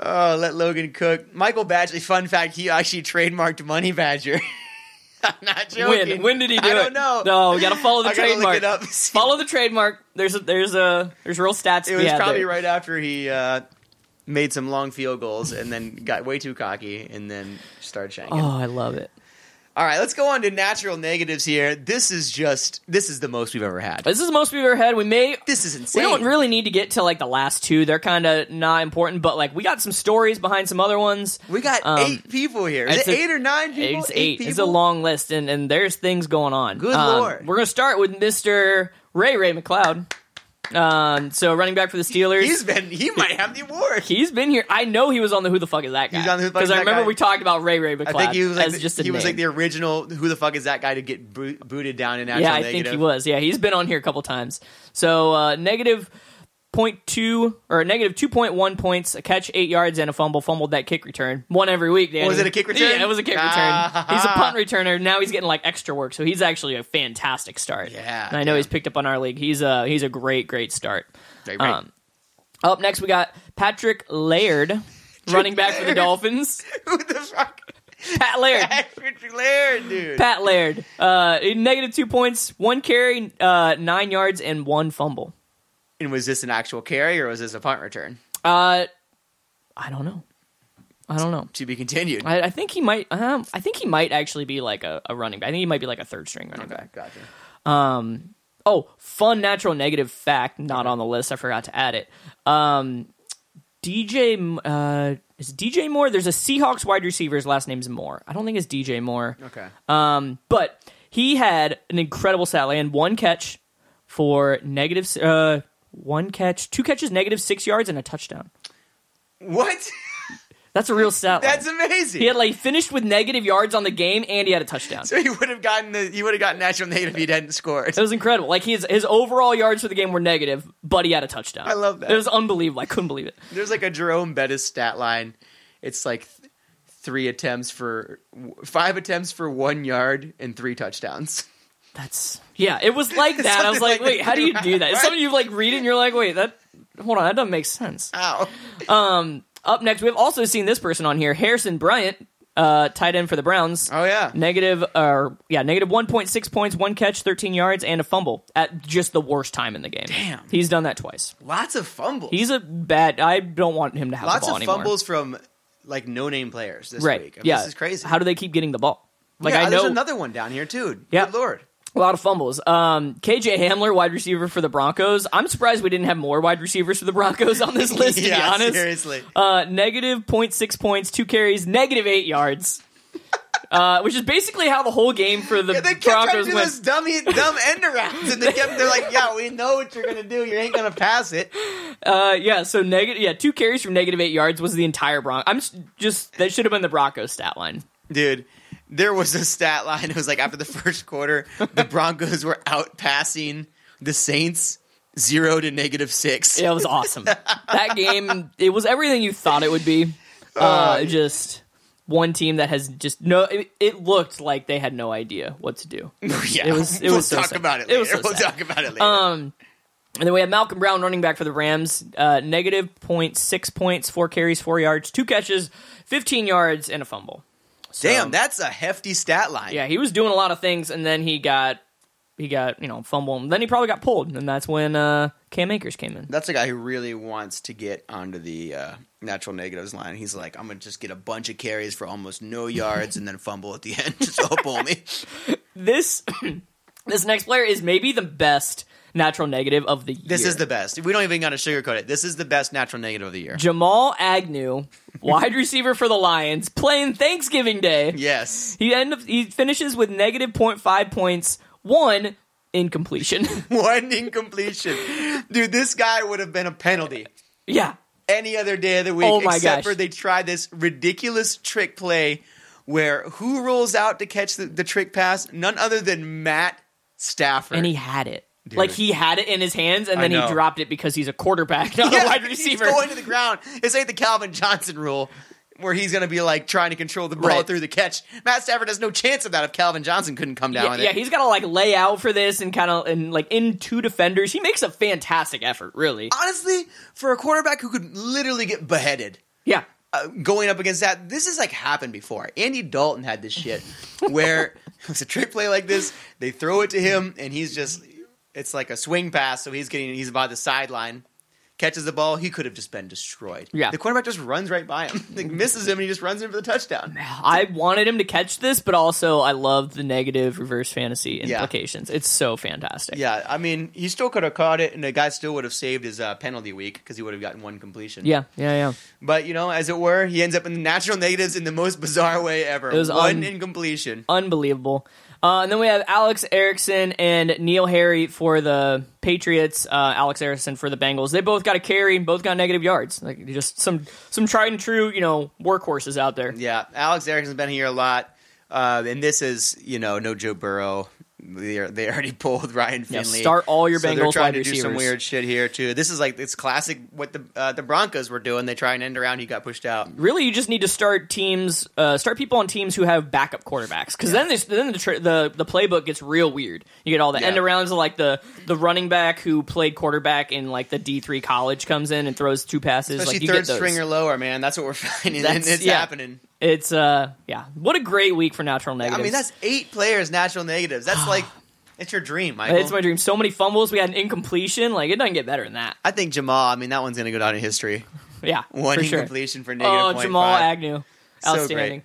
A: Oh, let Logan cook. Michael Badgley. Fun fact: He actually trademarked Money Badger. I'm not joking.
B: When when did he do
A: I
B: it?
A: don't know.
B: No, we gotta follow the
A: I gotta look
B: trademark.
A: it up. See-
B: Follow the trademark. There's a, there's a there's real stats. to
A: It
B: be
A: was
B: had
A: probably
B: there.
A: right after he uh, made some long field goals and then got way too cocky and then started shanking.
B: Oh, I love it.
A: All right, let's go on to natural negatives here. This is just this is the most we've ever had.
B: This is the most we've ever had. We may
A: This is
B: we
A: insane.
B: don't really need to get to like the last two. They're kind of not important, but like we got some stories behind some other ones.
A: We got
B: Um,
A: eight people here. Is
B: it's
A: it
B: a-
A: eight or nine people?
B: It's eight. It's a
A: people?
B: long list, and, and there's things going on.
A: Good
B: Um,
A: lord.
B: We're gonna start with Mister Ray Ray McLeod. Um, so running back for the Steelers.
A: He's been. He might have the award.
B: He's been here. I know he was on the Who the Fuck Is That Guy.
A: He's on the Who the Fuck Is
B: I
A: That
B: remember
A: Guy.
B: we talked about Ray Ray McLeod
A: I think he was like
B: as
A: the,
B: just a
A: he was
B: name.
A: like the original. Who the fuck is that guy to get bo- booted down in natural
B: yeah, I
A: negative?
B: think he was. Yeah, he's been on here a couple times. So uh, negative point two or negative two point one points, a catch, eight yards, and a fumble. Fumbled that kick return, one every week. Danny.
A: Was it a kick return?
B: Yeah, it was a kick
A: Ah.
B: return. He's a punt returner. Now he's getting like extra work, so he's actually a fantastic start.
A: Yeah,
B: and I know
A: yeah.
B: he's picked up on our league. He's a he's a great great start.
A: Right, right.
B: Um, up next, we got Patrick Laird. Running back for the
A: Laird.
B: Dolphins,
A: Who the fuck?
B: Pat Laird.
A: Patrick Laird, dude.
B: Pat Laird, uh, negative two points, one carry, uh, nine yards, and one fumble.
A: and was this an actual carry or was this a punt return?
B: Uh, I don't know. I don't know.
A: To be continued.
B: I, I think he might. Um, I think he might actually be like a, a running back. I think he might be like a third string running back.
A: Gotcha.
B: Um, oh, fun natural negative fact not on the list. I forgot to add it. Um, DJ M- uh, is DJ Moore. There's a Seahawks wide receiver. His last name's Moore. I don't think it's DJ Moore.
A: Okay.
B: Um, but he had an incredible stat line, one catch for negative s- uh one catch, two catches, negative six yards, and a touchdown.
A: what?
B: That's a real stat. line.
A: That's amazing.
B: he had like finished with negative yards on the game, and he had a touchdown.
A: so he would have gotten the he would have gotten natural native if he hadn't scored.
B: It was incredible. Like his his overall yards for the game were negative, but he had a touchdown.
A: I love that.
B: It was unbelievable. I couldn't believe it.
A: There's like a Jerome Bettis stat line. It's like th- three attempts for five attempts for one yard and three touchdowns.
B: That's yeah. It was like that. I was
A: Something
B: like,
A: like
B: wait,
A: that.
B: how do you do that? It's something you like read it and you're like, wait, that hold on, that doesn't make sense.
A: Ow.
B: Up next, we've also seen this person on here, Harrison Bryant, uh, tight end for the Browns.
A: Oh yeah.
B: Negative, or yeah, negative one point six points, one catch, thirteen yards, and a fumble at just the worst time in the game.
A: Damn.
B: he's done that twice.
A: Lots of fumbles.
B: He's a bad. I don't want him to have the
A: Lots
B: ball
A: of
B: anymore.
A: fumbles from like no name players this
B: right?
A: week. I mean,
B: yeah,
A: This is crazy.
B: How do they keep getting the ball? Like
A: yeah,
B: I
A: there's
B: know
A: another one down here too.
B: Yeah.
A: Good lord.
B: a lot of fumbles. Um, KJ Hamler, wide receiver for the Broncos. I'm surprised we didn't have more wide receivers for the Broncos on this list. to be
A: yeah,
B: honest,
A: seriously.
B: Uh, negative 0.6 points, two carries, negative eight yards. Uh, which is basically how the whole game for the
A: Yeah, they kept trying
B: Broncos
A: to do
B: went.
A: those dummy dumb end arounds, and they kept they're like, "Yeah, we know what you're gonna do. You ain't gonna pass it."
B: Uh, yeah, so negative, yeah, two carries from negative eight yards was the entire Bronco. I'm s- just that should have been the Broncos stat line.
A: Dude, there was a stat line. It was like after the first quarter, the Broncos were out passing the Saints zero to negative six.
B: It was awesome. that game, it was everything you thought it would be. Uh, just one team that has just no. It, it looked like they had no idea what to do.
A: yeah,
B: it was- it
A: we'll
B: was so
A: talk
B: sad.
A: about it later.
B: It was so
A: we'll
B: sad.
A: talk about it later.
B: Um, and then we have Malcolm Brown running back for the Rams, uh, negative point six points, four carries, four yards, two catches, fifteen yards, and a fumble. So,
A: Damn, that's a hefty stat line.
B: yeah, he was doing a lot of things, and then he got he got you know fumbled, and then he probably got pulled, and that's when uh, Cam Akers came in.
A: That's a guy who really wants to get onto the uh, natural negatives line. He's like, I'm gonna just get a bunch of carries for almost no yards and then fumble at the end. Just hope only.
B: This this next player is maybe the best natural negative of the year.
A: This is the best. We don't even gotta sugarcoat it. This is the best natural negative of the year.
B: Jamal Agnew, wide receiver for the Lions, playing Thanksgiving Day.
A: Yes.
B: He end up he finishes with negative 0.5 points, one incompletion.
A: One incompletion. Dude, this guy would have been a penalty
B: yeah.
A: any other day of the week,
B: Oh my
A: except
B: gosh.
A: for they tried this ridiculous trick play where who rolls out to catch the, the trick pass? None other than Matt Stafford.
B: And he had it. Like he had it in his hands and then he
A: know.
B: dropped it because he's a quarterback, not
A: Yeah,
B: a wide
A: he's
B: receiver.
A: going to the ground. It's like the Calvin Johnson rule. Where he's going to be like trying to control the ball
B: Right.
A: through the catch. Matt Stafford has no chance of that if Calvin Johnson couldn't come down
B: yeah,
A: with
B: yeah,
A: it.
B: he's got to like lay out for this and kind of and like in two defenders. He makes a fantastic effort, really.
A: Honestly, for a quarterback who could literally get beheaded,
B: Yeah.
A: uh, going up against that, this has like happened before. Andy Dalton had this shit where it was a trick play like this. They throw it to him, and he's just it's like a swing pass, so he's getting he's by the sideline. catches the ball. He could have just been destroyed.
B: Yeah.
A: The quarterback just runs right by him, like, misses him, and he just runs in for the touchdown.
B: I wanted him to catch this, but also I love the negative reverse fantasy
A: Yeah.
B: implications. It's so fantastic.
A: Yeah, I mean, he still could have caught it, and the guy still would have saved his uh, penalty week because he would have gotten one completion.
B: Yeah, yeah, yeah.
A: But, you know, as it were, he ends up in the natural negatives in the most bizarre way ever.
B: It was
A: one
B: un-
A: incompletion.
B: Unbelievable. Uh, and then we have Alex Erickson and Neil Harry for the Patriots. Uh, Alex Erickson for the Bengals. They both got a carry, both got negative yards. Like just some some tried and true, you know, workhorses out there.
A: Yeah, Alex Erickson's been here a lot, uh, and this is you know no Joe Burrow. They, are, they already pulled Ryan
B: Yeah,
A: Finley.
B: start all your
A: so
B: Bengals
A: they're trying
B: wide
A: to do some
B: receivers.
A: weird shit here too. This is like it's classic what the uh, the Broncos were doing. They try and end around. He got pushed out.
B: Really, you just need to start teams, uh, start people on teams who have backup quarterbacks, because then this, then the, tra- the the playbook gets real weird. You get all the
A: Yeah.
B: end arounds of like the the running back who played quarterback in like the D three college comes in and throws two passes.
A: Especially
B: like you
A: third
B: get those.
A: string or lower, man. That's what we're finding. and
B: That's-
A: it's
B: yeah.
A: happening.
B: It's uh yeah, what a great week for natural negatives.
A: I mean, that's eight players natural negatives. That's like it's your dream, Michael.
B: Uh, it's my dream. So many fumbles. We had an incompletion. Like it doesn't get better than that.
A: I think Jamal. I mean, that one's gonna go down in history.
B: Yeah,
A: One
B: for sure.
A: incompletion for negative.
B: Oh,
A: 0.5.
B: Jamal Agnew,
A: So great.
B: outstanding.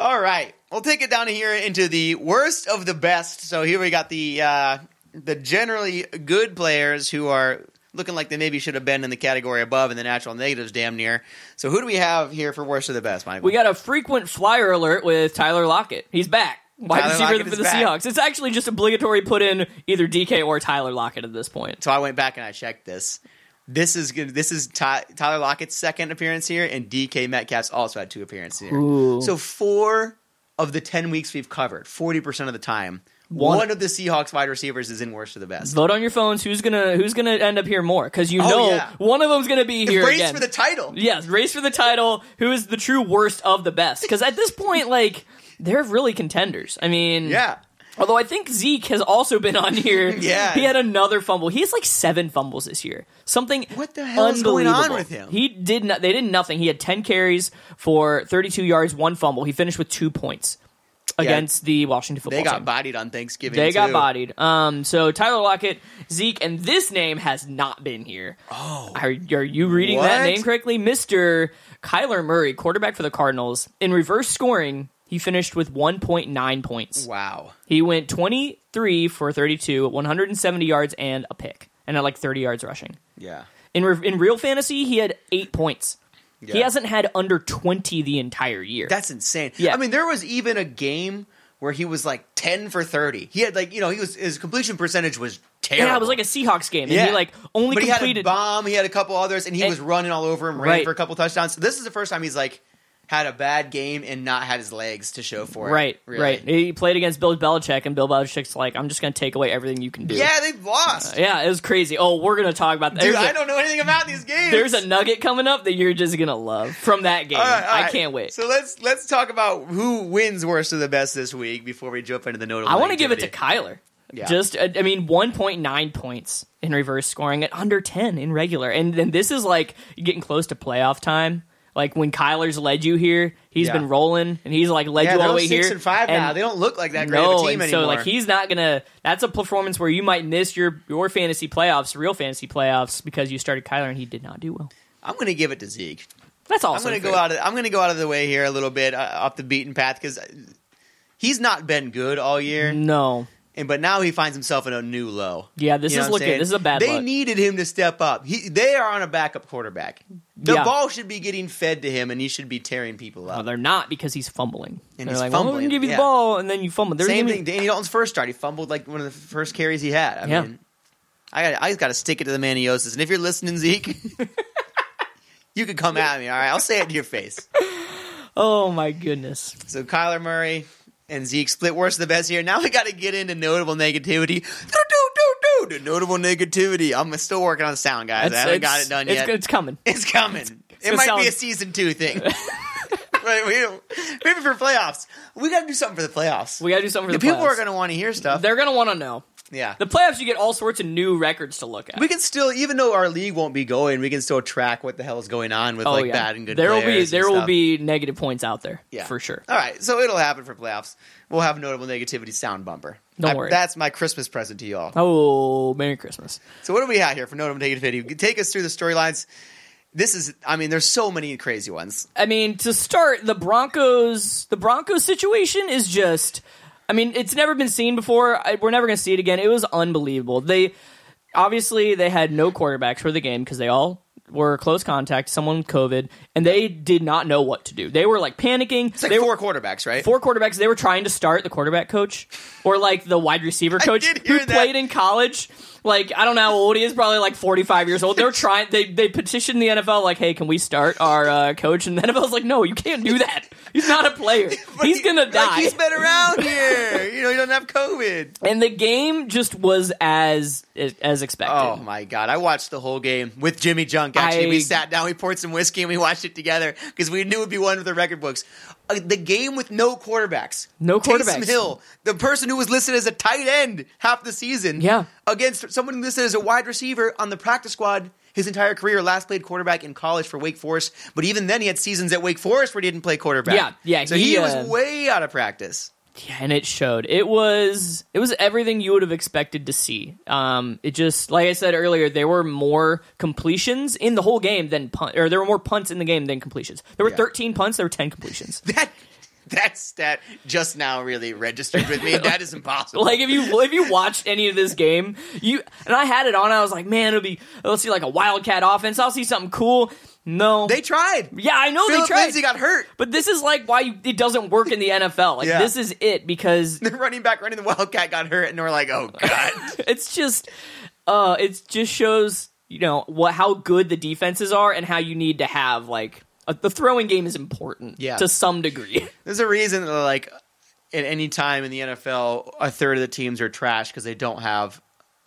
A: All right, we'll take it down here into the worst of the best. So here we got the uh, the generally good players who are looking like they maybe should have been in the category above and the natural negatives damn near. So who do we have here for worst of the best, Michael?
B: We got a frequent flyer alert with Tyler Lockett. He's back. Wide
A: Tyler
B: receiver
A: Lockett
B: for
A: is
B: the
A: back.
B: Seahawks. It's actually just obligatory put in either DK or Tyler Lockett at this point.
A: so I went back and I checked this. This is good. This is Ty- Tyler Lockett's second appearance here, and DK Metcalf's also had two appearances here.
B: Ooh.
A: So four of the ten weeks we've covered, forty percent of the time,
B: One-
A: one, of the Seahawks wide receivers is in worst of the best.
B: Vote on your phones. Who's gonna Who's gonna end up here more? Because you
A: Oh,
B: know
A: yeah.
B: one of them's gonna be here
A: Brace
B: again.
A: for the title.
B: yes, race for the title. Who is the true worst of the best? Because at this point, like they're really contenders. I mean,
A: Yeah.
B: Although I think Zeke has also been on here.
A: Yeah.
B: He had another fumble. He has like seven fumbles this year. Something
A: What the hell is going on
B: unbelievable.
A: with him?
B: He did not they did nothing. He had ten carries for thirty two yards, one fumble. He finished with two points against the Washington football
A: They got
B: team.
A: bodied on Thanksgiving.
B: they got
A: too.
B: bodied. Um so Tyler Lockett, Zeke, and this name has not been here.
A: Oh,
B: Are, are you reading that
A: What?
B: name correctly? Mr. Kyler Murray, quarterback for the Cardinals, in reverse scoring, he finished with 1.9 points.
A: wow.
B: He went 23 for 32, 170 yards and a pick, and at like 30 yards rushing.
A: Yeah.
B: In re- in real fantasy, he had eight points. He
A: Yeah.
B: hasn't had under 20 the entire year.
A: That's insane.
B: Yeah.
A: I mean, there was even a game where he was like 10 for 30. He had like, you know, he was his completion percentage was terrible.
B: yeah, it was like a Seahawks game, and he like only
A: but he had a
B: completed.
A: bomb, he had a couple others and he
B: And-
A: was running all over him, ran
B: Right.
A: for a couple touchdowns. So this is the first time he's like had a bad game and not had his legs to show for it.
B: Right,
A: really.
B: right. He played against Bill Belichick, and Bill Belichick's like, "I'm just going to take away everything you can do."
A: Yeah, they've lost.
B: yeah, it was crazy. Oh, we're going to talk about that.
A: Dude,
B: there's,
A: I
B: a-
A: don't know anything about these games.
B: there's a nugget coming up that you're just going to love from that game.
A: All right, all
B: I
A: right.
B: can't wait.
A: So let's let's talk about who wins worst of the best this week before we jump into the notable.
B: I want to give it to
A: activity.
B: Kyler.
A: Yeah.
B: Just, uh, I I mean, 1.9 points in reverse scoring at under 10 in regular. And then this is like getting close to playoff time. Like when Kyler's led you here, he's
A: Yeah.
B: been rolling and he's like led
A: Yeah,
B: you all
A: they're
B: the way
A: six
B: here.
A: and five now. They don't look like that great of
B: no,
A: a team
B: and
A: anymore.
B: so like he's not gonna. That's a performance where you might miss your your fantasy playoffs, real fantasy playoffs, because you started Kyler and he did not do well.
A: I'm going to give it to Zeke.
B: That's also
A: I'm going to
B: fair.
A: go out. Of, I'm going to go out of the way here a little bit uh, off the beaten path because he's not been good all year,
B: No,
A: and but now he finds himself in a new low.
B: Mm-hmm. Yeah, this
A: know
B: is
A: what I'm
B: looking-
A: saying?
B: this is a bad
A: They
B: look.
A: needed him to step up. He, they are on a backup quarterback. The
B: Yeah.
A: ball should be getting fed to him, and he should be tearing people
B: no,
A: up.
B: they're not because he's fumbling.
A: And
B: they're
A: he's
B: like, well, we're
A: fumbling,
B: gonna give you the
A: yeah.
B: ball, and then you fumble. They're
A: Same
B: giving-
A: thing. Danny Dalton's first start. He fumbled like one of the first carries he had. I
B: Yeah.
A: mean, I got. I just got to stick it to the Manioses. And if you're listening, Zeke, you could come at me. All right, I'll say it to your face.
B: Oh my goodness.
A: So Kyler Murray and Zeke split worst of the best here. Now we got to get into notable negativity. Do, do, do, do, the notable negativity. I'm still working on the sound, guys. I haven't got it done
B: it's,
A: yet.
B: It's coming.
A: It's coming. it
B: gonna
A: might
B: sound-
A: be a season two thing. right, we don't- maybe for playoffs. We got to do something for the playoffs.
B: We gotta do something for
A: the
B: the,
A: people
B: playoffs.
A: are going to want to hear stuff.
B: They're gonna want to know.
A: Yeah.
B: The playoffs, you get all sorts of new records to look at.
A: we can still, even though our league won't be going, we can still track what the hell is going on with like bad and good.
B: Oh, There will be
A: players and
B: there will
A: stuff.
B: be negative points out there,
A: Yeah. Uh,
B: for sure.
A: All right, so it'll happen for playoffs. We'll have notable negativity sound bumper.
B: Don't
A: I-
B: worry.
A: That's my Christmas present to y'all.
B: Oh, Merry Christmas!
A: So what do we have here for notable negativity? Take us through the storylines. This is, I mean, there's so many crazy ones.
B: I mean, to start the Broncos, the Broncos situation is just. I mean, it's never been seen before. I, we're never going to see it again. It was unbelievable. They obviously they had no quarterbacks for the game because they all were close contact, someone with COVID, and they did not know what to do. They were like panicking.
A: It's like
B: they were
A: four quarterbacks, right?
B: four quarterbacks they were trying to start the quarterback coach or like the wide receiver coach
A: did
B: who
A: hear that.
B: played in college like i don't know how old he is probably like 45 years old they're trying they they petitioned the nfl like hey can we start our uh, coach and the nfl's like no you can't do that he's not a player
A: But
B: he's
A: he-
B: gonna
A: like,
B: die
A: he's been around here. You know, he doesn't have COVID.
B: and the game just was as as expected
A: Oh my god! I watched the whole game with Jimmy Junk. Actually,
B: I-
A: we sat down, we poured some whiskey, and we watched it together because we knew it'd be one of the record books. Uh, the game with no quarterbacks,
B: No
A: Taysom
B: quarterbacks.
A: Hill, the person who was listed as a tight end half the season,
B: Yeah.
A: against someone listed as a wide receiver on the practice squad. His entire career, last played quarterback in college for Wake Forest, but even then he had seasons at Wake Forest where he didn't play quarterback.
B: Yeah, yeah,
A: So
B: he,
A: he,
B: uh,
A: was way out of practice.
B: Yeah, and it showed. It was it was everything you would have expected to see. Um, it just like I said earlier, there were more completions in the whole game than punt, or there were more punts in the game than completions. There were
A: Yeah.
B: 13 punts. There were 10 completions.
A: That that stat just now really registered with me. that is impossible.
B: Like if you if you watched any of this game, you and I had it on. I was like, man, it'll be I'll see like a wildcat offense. I'll see something cool. No,
A: They tried.
B: yeah, I know
A: Philip
B: they tried.
A: Lindsay got hurt.
B: but this is like why you, it doesn't work in the NFL. Like
A: Yeah.
B: this is it because
A: The running back running the Wildcat got hurt, and we're like, oh god.
B: it's just uh it just shows you know what how good the defenses are and how you need to have like a, the throwing game is important
A: Yeah.
B: to some degree
A: There's a reason that like at any time in the NFL, a third of the teams are trash because they don't have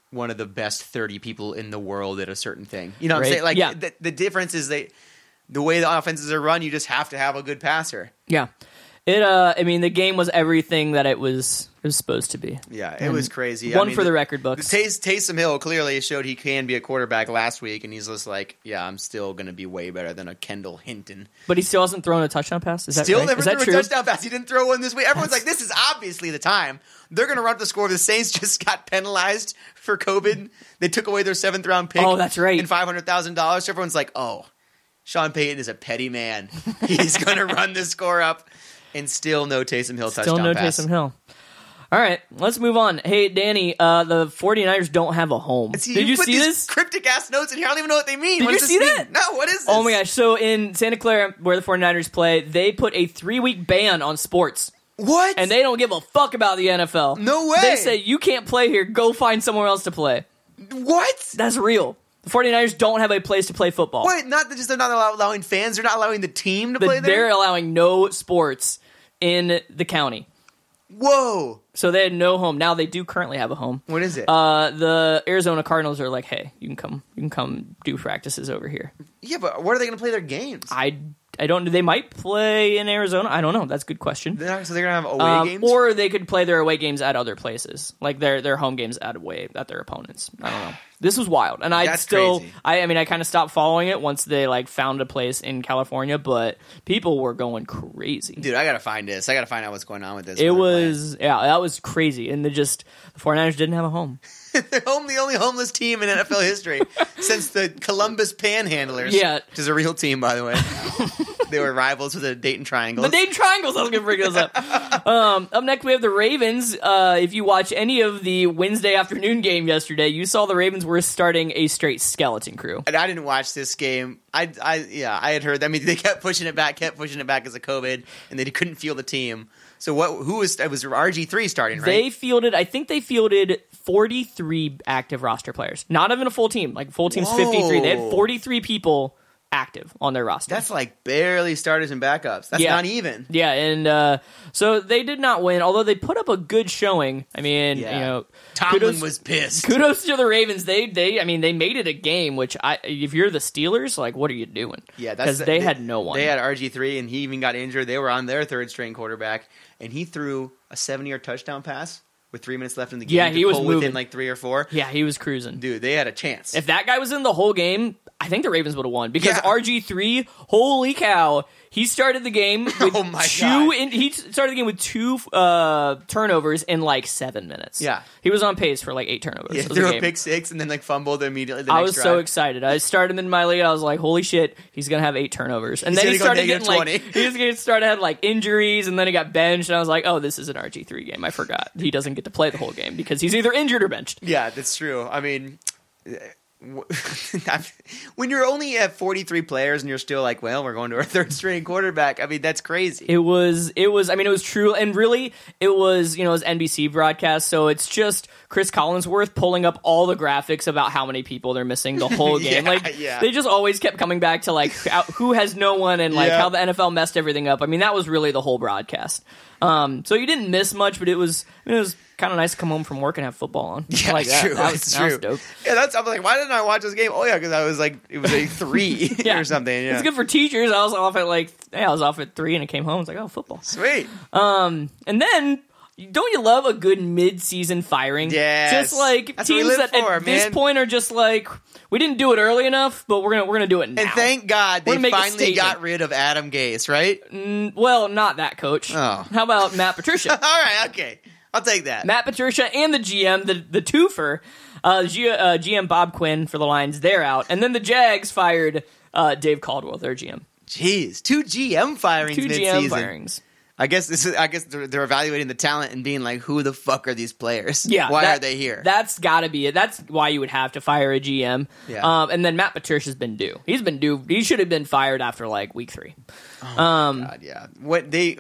A: one of the best 30 people in the world at a certain thing. You know what
B: Right.
A: I'm saying? Like
B: Yeah.
A: the, the difference is they the way the offenses are run, you just have to have a good passer.
B: yeah it uh i mean the game was everything that it was it was supposed to be
A: Yeah, it was crazy. I
B: Mm-hmm. one
A: mean,
B: for the record books
A: Tays- Taysom Hill clearly showed he can be a quarterback last week, and he's just like, "Yeah, I'm still going to be way better than a Kendall Hinton."
B: but he still hasn't thrown a touchdown pass is that
A: Still
B: right?
A: never
B: is that
A: threw
B: true
A: a touchdown pass. He didn't throw one this week. Everyone's like, this is obviously the time. They're going to run up the score. The Saints just got penalized for COVID. They took away their seventh round pick.
B: Oh, that's right.
A: And $500,000. So everyone's like, oh, Sean Payton is a petty man. He's going to run this score up. And still no Taysom Hill
B: still
A: touchdown
B: no
A: pass.
B: Taysom hill all right, let's move on. Hey, Danny, uh, the 49ers don't have a home.
A: See,
B: Did you,
A: put
B: see
A: these
B: this?
A: Cryptic ass notes in here. I don't even know what they mean.
B: Did
A: What
B: you
A: does
B: see
A: this mean?
B: that?
A: No, what is this?
B: Oh my gosh. So in Santa Clara, where the 49ers play, they put a three week ban on sports.
A: What?
B: and they don't give a fuck about the NFL.
A: No way.
B: They say you can't play here. Go find somewhere else to play.
A: what?
B: That's real. The 49ers don't have a place to play football.
A: Wait, not that just they're not allow- allowing fans, they're not allowing the team to
B: The-
A: play
B: they're
A: there?
B: allowing no sports in the county.
A: Whoa.
B: So they had no home. Now they do currently have a home.
A: What is it?
B: Uh, the Arizona Cardinals are like, "Hey, you can come. You can come do practices over here."
A: Yeah, but where are they going to play their games?
B: I I don't they might play in Arizona. I don't know. That's a good question.
A: They're not- so they're going to have away
B: Um,
A: games?
B: or they could play their away games at other places, like their their home games at away at their opponents. I don't know. This was wild, and I
A: That's
B: still,
A: crazy.
B: I, I mean, I kind of stopped following it once they like found a place in California, but people were going crazy.
A: Dude, I got to find this. I got to find out what's going on with this.
B: it
A: when they're playing.
B: was yeah, that was crazy, and they just the 49ers didn't have a home.
A: They're home, the only homeless team in NFL history since the Columbus Panhandlers.
B: Yeah.
A: Which is a real team, by the way. they were rivals with the Dayton Triangle.
B: The Dayton Triangles. I was gonna bring those up. um, up next, we have the Ravens. Uh, if you watch any of the Wednesday afternoon game yesterday, you saw the Ravens were starting a straight skeleton crew.
A: and I didn't watch this game. I, I, yeah, I had heard. I mean, they kept pushing it back, kept pushing it back as a COVID, and they couldn't feel the team. So what? Who was? It was RG three starting,
B: They
A: right?
B: fielded, I think they fielded 43 active roster players. Not even a full team. Like, full team's
A: Whoa.
B: 53. They had 43 people active on their roster.
A: That's like barely starters and backups. That's
B: Yeah.
A: not even.
B: yeah, and uh, so they did not win, although they put up a good showing. I mean,
A: Yeah.
B: you know,
A: Tomlin
B: kudos,
A: was pissed.
B: kudos to the Ravens. They, they, I mean, they made it a game. Which I, if you're the Steelers, like, what are you doing?
A: Yeah, that's
B: because they, had no one.
A: They had RG three, and he even got injured. They were on their third string quarterback, and he threw a seventy yard touchdown pass with three minutes left in the game.
B: Yeah,
A: to
B: he was
A: pull
B: moving.
A: within like three or four.
B: Yeah, he was cruising.
A: Dude, they had a chance.
B: If that guy was in the whole game, I think the Ravens would have won because
A: Yeah.
B: RG3, holy cow, he started the game with
A: Oh my
B: two
A: God.
B: in, he t- started the game with two uh, turnovers in like 7 minutes.
A: Yeah.
B: He was on pace for like 8 turnovers.
A: yeah,
B: It was
A: threw
B: a
A: a
B: game.
A: big six and then like fumbled immediately. The
B: I
A: next
B: was so
A: drive.
B: excited. I started him in my league. I was like, "Holy shit, he's gonna have eight turnovers." And
A: He's
B: then he
A: gonna go
B: started getting
A: negative
B: like
A: 20.
B: he was gonna start had like injuries, and then he got benched. And I was like, "Oh, this is an RG three game. I forgot he doesn't get to play the whole game because he's either injured or benched."
A: Yeah, that's true. I mean, eh, w- when you're only at 43 players and you're still like, well, we're going to our third string quarterback. I mean, that's crazy.
B: It was it was I mean it was true and really it was you know it was NBC broadcast so it's just Chris Collinsworth pulling up all the graphics about how many people they're missing the whole game
A: Yeah,
B: like
A: yeah.
B: they just always kept coming back to like how, who has no one and like
A: Yeah.
B: how the NFL messed everything up I mean that was really the whole broadcast um so you didn't miss much but it was I mean, it was kind of nice to come home from work and have football on I like that. that was,
A: It's
B: that was dope
A: Yeah, that's. I'm like, why didn't I watch this game? Oh yeah, because I was like, it was a three
B: yeah
A: or something. Yeah.
B: it's good for teachers I was off at like yeah I was off at three and I came home I was like oh football
A: Sweet.
B: And then, don't you love a good mid-season firing?
A: Yes.
B: Just like
A: That's what we
B: teams
A: live
B: that
A: for,
B: at this
A: man.
B: point are just like, we didn't do it early enough, but we're gonna we're gonna do it now.
A: And thank God they
B: We're gonna make a
A: finally
B: statement.
A: got rid of Adam Gase, right?
B: well, not that coach.
A: Oh.
B: How about Matt Patricia?
A: All right, okay, I'll take that.
B: Matt Patricia and the GM, the the twofer, uh, G, uh, GM Bob Quinn for the Lions, they're out, and then the Jags fired uh, Dave Caldwell, their GM.
A: Jeez, two GM firings
B: Two
A: mid-season.
B: GM firings.
A: I guess this is. I guess they're, they're evaluating the talent and being like, who the fuck are these players?
B: Yeah,
A: why
B: that-
A: are they here?
B: That's got to be it. That's why you would have to fire a GM.
A: Yeah.
B: Um, and then Matt Patricia's been due. He's been due. He should have been fired after like week three.
A: God, yeah. What they?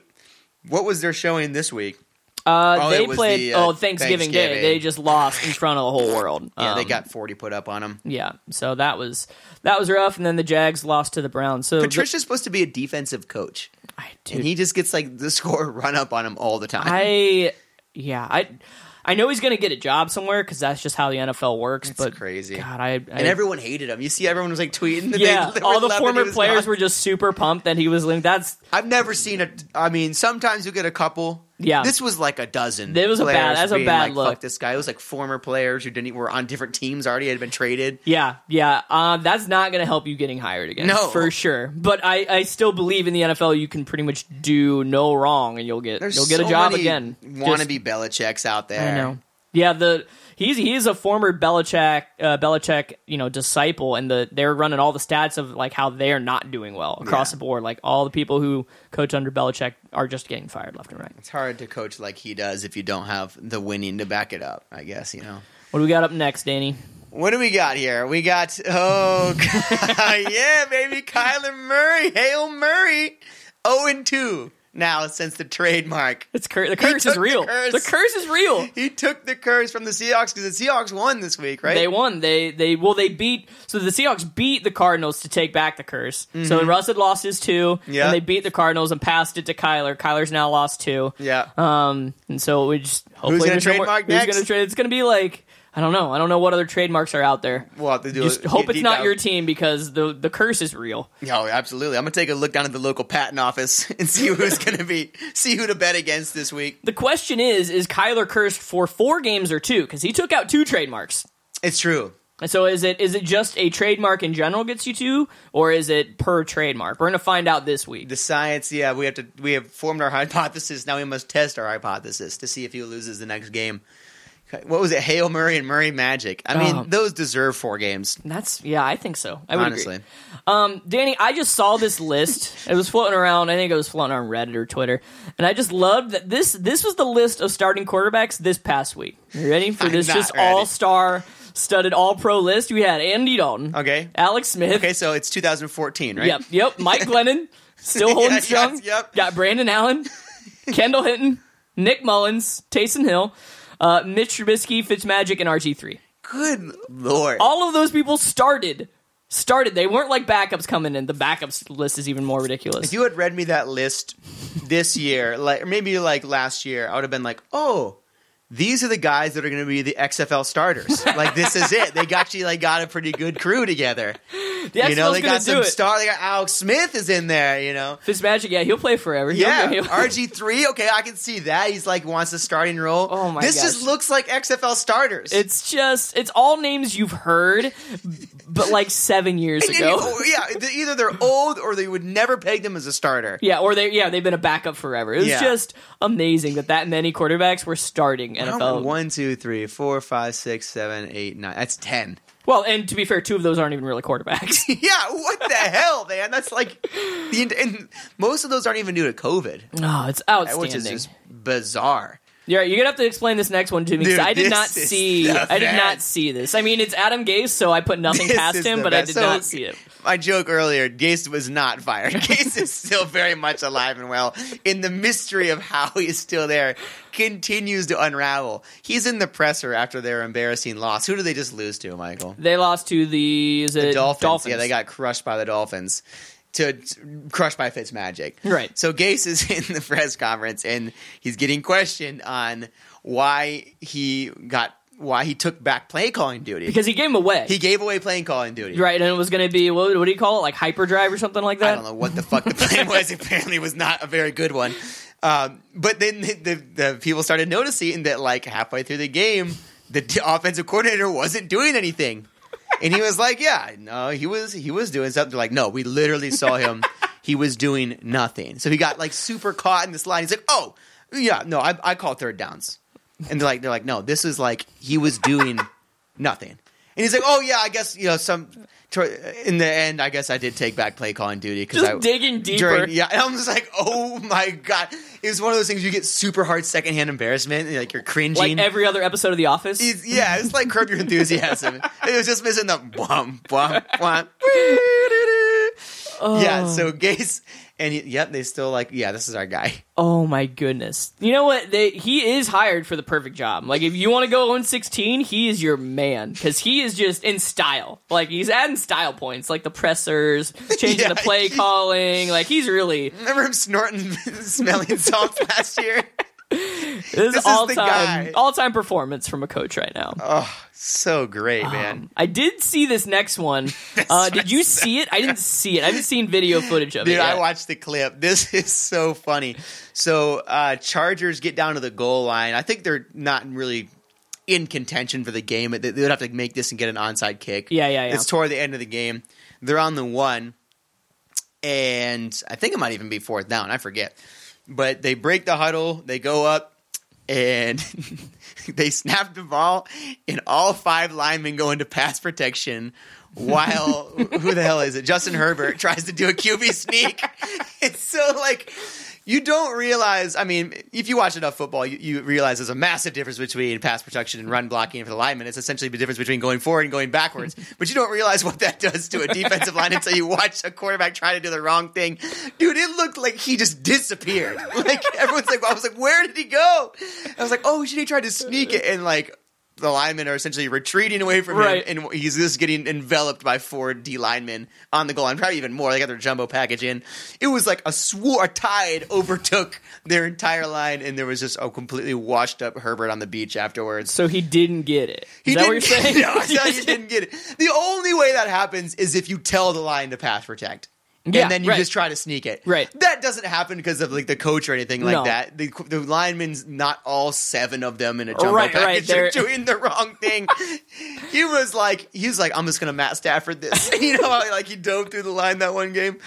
A: What was their showing this week?
B: Uh,
A: Oh,
B: they
A: it was
B: played
A: the, uh,
B: oh Thanksgiving, Day.
A: Thanksgiving.
B: They just lost in front of the whole world.
A: Yeah, they
B: Um,
A: got forty put up on them.
B: yeah. So that was that was rough. And then the Jags lost to the Browns. So the-
A: Patricia's supposed to be a defensive coach.
B: I,
A: and
B: dude,
A: he just gets like the score run up on him all the time.
B: I yeah I I know he's gonna get a job somewhere because that's just how the NFL works. but
A: crazy.
B: God, I, I
A: and everyone hated him. You see, everyone was like tweeting. that
B: yeah
A: they
B: all the
A: loved that
B: former
A: he was
B: players
A: gone.
B: were just super pumped that he was linked. That's
A: I've never seen a. I mean, sometimes you get a couple.
B: Yeah.
A: this was like a dozen.
B: It was a bad-
A: players
B: that's a
A: being
B: bad
A: like,
B: look.
A: Fuck this guy. It was like former players who didn't were on different teams already had been traded.
B: Yeah, yeah. Uh, that's not going to help you getting hired again.
A: No.
B: for sure. But I, I still believe in the NFL. You can pretty much do no wrong, and you'll get
A: There's
B: you'll get a
A: so
B: job
A: many
B: again. Just-
A: Wannabe Belichick's out there.
B: I know. Yeah, the he's he is a former Belichick uh, Belichick you know disciple, and the they're running all the stats of like how they are not doing well across
A: Yeah.
B: the board. Like all the people who coach under Belichick are just getting fired left and right.
A: It's hard to coach like he does if you don't have the winning to back it up. I guess you know.
B: What do we got up next, Danny?
A: What do we got here? We got oh yeah, baby, Kyler Murray, Hale Murray, zero and two now since the trademark.
B: It's cur- the curse
A: took
B: is
A: the
B: real.
A: curse.
B: the curse is real.
A: He took the curse from the Seahawks because the Seahawks won this week, right?
B: They won. They they well they beat so the Seahawks beat the Cardinals to take back the curse. So Russ had lost his two,
A: Mm-hmm. Yeah.
B: and they beat the Cardinals and passed it to Kyler. Kyler's now lost two.
A: yeah,
B: Um, and so we just hopefully
A: gonna
B: there's no more-
A: trademark
B: who's
A: next?
B: gonna trade? It's gonna be like I don't know. I don't know what other trademarks are out there.
A: we'll have to do.
B: Just
A: a-
B: hope
A: a
B: it's
A: deep
B: not
A: dive.
B: your team because the the curse is real.
A: No, absolutely. I'm gonna take a look down at the local patent office and see who's gonna be, see who to bet against this week.
B: The question is: Is Kyler cursed for four games or two? Because he took out two trademarks.
A: It's true.
B: And So is it is it just a trademark in general gets you two, or is it per trademark? We're gonna find out this week.
A: The science, yeah, we have to. We have formed our hypothesis. Now we must test our hypothesis to see if he loses the next game. What was it? Hale Murray and Murray Magic. I mean,
B: Oh.
A: those deserve four games.
B: That's yeah, I think so. I would
A: Honestly,
B: agree. Um, Danny, I just saw this list. it was floating around. I think it was floating on Reddit or Twitter, and I just loved that this this was the list of starting quarterbacks this past week. You ready for
A: I'm
B: this?
A: not
B: Just
A: ready.
B: all star, studded, all pro list. We had Andy Dalton,
A: Okay.
B: Alex Smith,
A: okay, so it's 2014, right?
B: yep, yep, Mike Glennon, still holding
A: Yeah,
B: strong.
A: yes, yep.
B: Got Brandon Allen, Kendall Hinton, Nick Mullins, Taysom Hill, uh, Mitch Trubisky, Fitzmagic, and RG three
A: Good lord.
B: all of those people started started they weren't like backups coming in the backups list is even more ridiculous
A: if you had read me that list this year, like or maybe like last year, I would have been like, oh, these are the guys that are going to be the XFL starters. like this is it. They actually like got a pretty good crew together.
B: The XFL's
A: you know, they
B: gonna
A: got
B: do
A: some
B: it.
A: star. They got Alex Smith is in there. You know,
B: Fitzmagic, yeah, he'll play forever. He'll-
A: yeah,
B: he'll-
A: RG three. Okay, I can see that. He's like wants a starting role.
B: Oh my
A: This
B: gosh.
A: just looks like XFL starters.
B: It's just it's all names you've heard, but like seven years
A: And you-
B: ago.
A: yeah, they- either they're old or they would never peg them as a starter.
B: Yeah, or they yeah they've been a backup forever. It was
A: Yeah.
B: just amazing that that many quarterbacks were starting
A: How
B: NFL.
A: many- One, two, three, four, five, six, seven, eight, nine. That's ten.
B: Well, and to be fair, two of those aren't even really quarterbacks.
A: yeah, what the hell, man? That's like the ent- and most of those aren't even due to COVID, uh,
B: No, it's
A: which is
B: outstanding.
A: just bizarre.
B: Yeah, you're gonna have to explain this next one to me. 'cause
A: Dude,
B: I did
A: this
B: not
A: is
B: see.
A: the
B: I did not
A: best.
B: see this. I mean, it's Adam Gase, so I put nothing
A: This
B: past
A: is
B: him,
A: the
B: but I
A: best.
B: did
A: So-
B: not see it.
A: My joke earlier, Gase was not fired. Gase is still very much alive and well. In the mystery of how he is still there continues to unravel. He's in the presser after their embarrassing loss. Who do they just lose to, Michael?
B: They lost to the is it
A: Dolphins. Yeah, they got crushed by the Dolphins. To to- crushed by Fitzmagic.
B: Right.
A: So Gase is in the press conference and he's getting questioned on why he got why he took back play calling duty.
B: because he gave him away.
A: he gave away play calling duty.
B: right, and it was gonna be what, what do you call it, like hyperdrive or something like that.
A: I don't know what the fuck the plan was. Apparently, it was not a very good one. Um, but then the, the, the people started noticing that, like halfway through the game, the d- offensive coordinator wasn't doing anything, and he was like, "Yeah, no, he was he was doing something." They're like, "No, we literally saw him. He was doing nothing." So he got like super caught in this line. He's like, "Oh, yeah, no, I, I call third downs," and they're like, "They're like, no, this is like he was doing." nothing. And he's like, "Oh yeah, I guess you know some." tor- In the end, I guess I did take back play calling duty because
B: Just
A: I
B: digging deeper.
A: during- yeah, and I'm just like, "Oh my god!" It was one of those things you get super hard secondhand embarrassment, and, like you're
B: like
A: cringing.
B: every other episode of The Office.
A: It's- yeah, it's like curb your enthusiasm. it was just missing the wham wham wham.
B: Oh.
A: Yeah, so Gase and he, yep, they still like yeah, this is our guy.
B: Oh my goodness! You know what? They, he is hired for the perfect job. Like if you want to go on sixteen, he is your man because he is just in style. Like he's adding style points, like the pressers, changing
A: Yeah,
B: the play
A: he-
B: calling. Like he's really
A: Remember him snorting, smelling salts last year?
B: this,
A: This
B: is
A: is the
B: all
A: guy.
B: time all time performance from a coach right now.
A: Oh, so great, man.
B: Um, I did see this next one. Uh, did you see it? I didn't see it. I haven't seen video footage of it.
A: Dude, I
B: yet.
A: watched the clip. This is so funny. So, uh, Chargers get down to the goal line. I think they're not really in contention for the game. They, they would have to make this and get an onside kick.
B: Yeah, yeah, yeah.
A: It's toward the end of the game. They're on the one, and I think it might even be fourth down. I forget. But they break the huddle. They go up, and they snap the ball, and all five linemen go into pass protection. While who the hell is it? Justin Herbert tries to do a QB sneak. It's so like you don't realize. I mean, if you watch enough football, you, you realize there's a massive difference between pass protection and run blocking for the linemen. It's essentially the difference between going forward and going backwards. but you don't realize what that does to a defensive line until you watch a quarterback try to do the wrong thing. Dude, it looked like he just disappeared. Like everyone's like, I was like, where did he go? I was like, oh shit, he tried to sneak it and like. The linemen are essentially retreating away from
B: Right.
A: him, and he's just getting enveloped by four D linemen on the goal line. Probably even more. They got their jumbo package in. It was like a swore a tide overtook their entire line, and there was just a completely washed up Herbert on the beach afterwards.
B: So he didn't get it. Is
A: He
B: that what you're
A: didn't get-
B: saying?
A: No, I thought he didn't get it. The only way that happens is if you tell the line to pass protect. And
B: Yeah,
A: then you
B: right.
A: just try to sneak it.
B: Right.
A: That doesn't happen because of like the coach or anything like
B: No.
A: that. The, the linemen's not all seven of them in a jumbo
B: Right, right,
A: package are
B: they're-
A: doing the wrong thing. he was like, he was like, I'm just gonna Matt Stafford this. you know how like he dove through the line that one game.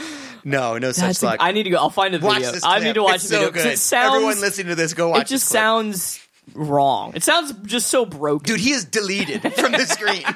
A: No, no
B: That's
A: such
B: a-
A: luck.
B: I need to go. I'll find a
A: watch
B: video.
A: this.
B: I
A: clip.
B: need to watch
A: it's
B: the
A: so
B: video 'cause
A: good.
B: it sounds.
A: Everyone listening to this, go watch.
B: it just
A: this clip.
B: sounds wrong. It sounds just so broken.
A: dude. He is deleted from the screen.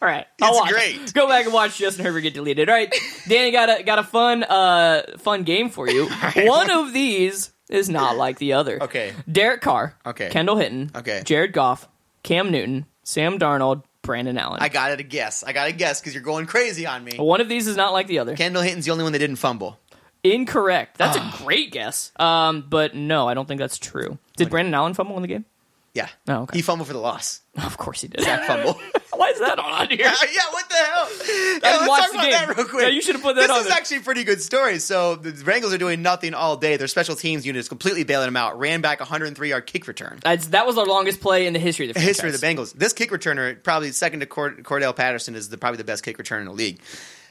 B: All right, I'll
A: it's
B: watch it.
A: great.
B: Go back and watch Justin Herbert get deleted. All right, Danny got a got a fun uh fun game for you. One of these is not like the other.
A: Okay.
B: Derek Carr.
A: Okay.
B: Kendall Hinton.
A: Okay.
B: Jared Goff. Cam Newton. Sam Darnold. Brandon Allen.
A: I got to guess. I got to guess because you're going crazy on me.
B: One of these is not like the other.
A: Kendall Hinton's the only one that didn't fumble.
B: Incorrect. That's
A: Ah.
B: a great guess. Um, but no, I don't think that's true. Did Brandon Allen fumble in the game?
A: Yeah.
B: Oh, okay.
A: He fumbled for the loss.
B: Of course he did.
A: That fumble.
B: Why is that on here?
A: yeah, what the hell? Yeah, let's
B: watch
A: talk
B: the
A: about
B: game.
A: that real quick.
B: Yeah, you should've put that
A: This
B: on
A: is
B: there.
A: actually a pretty good story. So the Bengals are doing nothing all day. Their special teams unit is completely bailing them out. Ran back 103 yard kick return.
B: That's, that was our longest play in the history of the
A: History of
B: franchise.
A: the Bengals. This kick returner, probably second to Cord- Cordell Patterson, is the, probably the best kick returner in the league.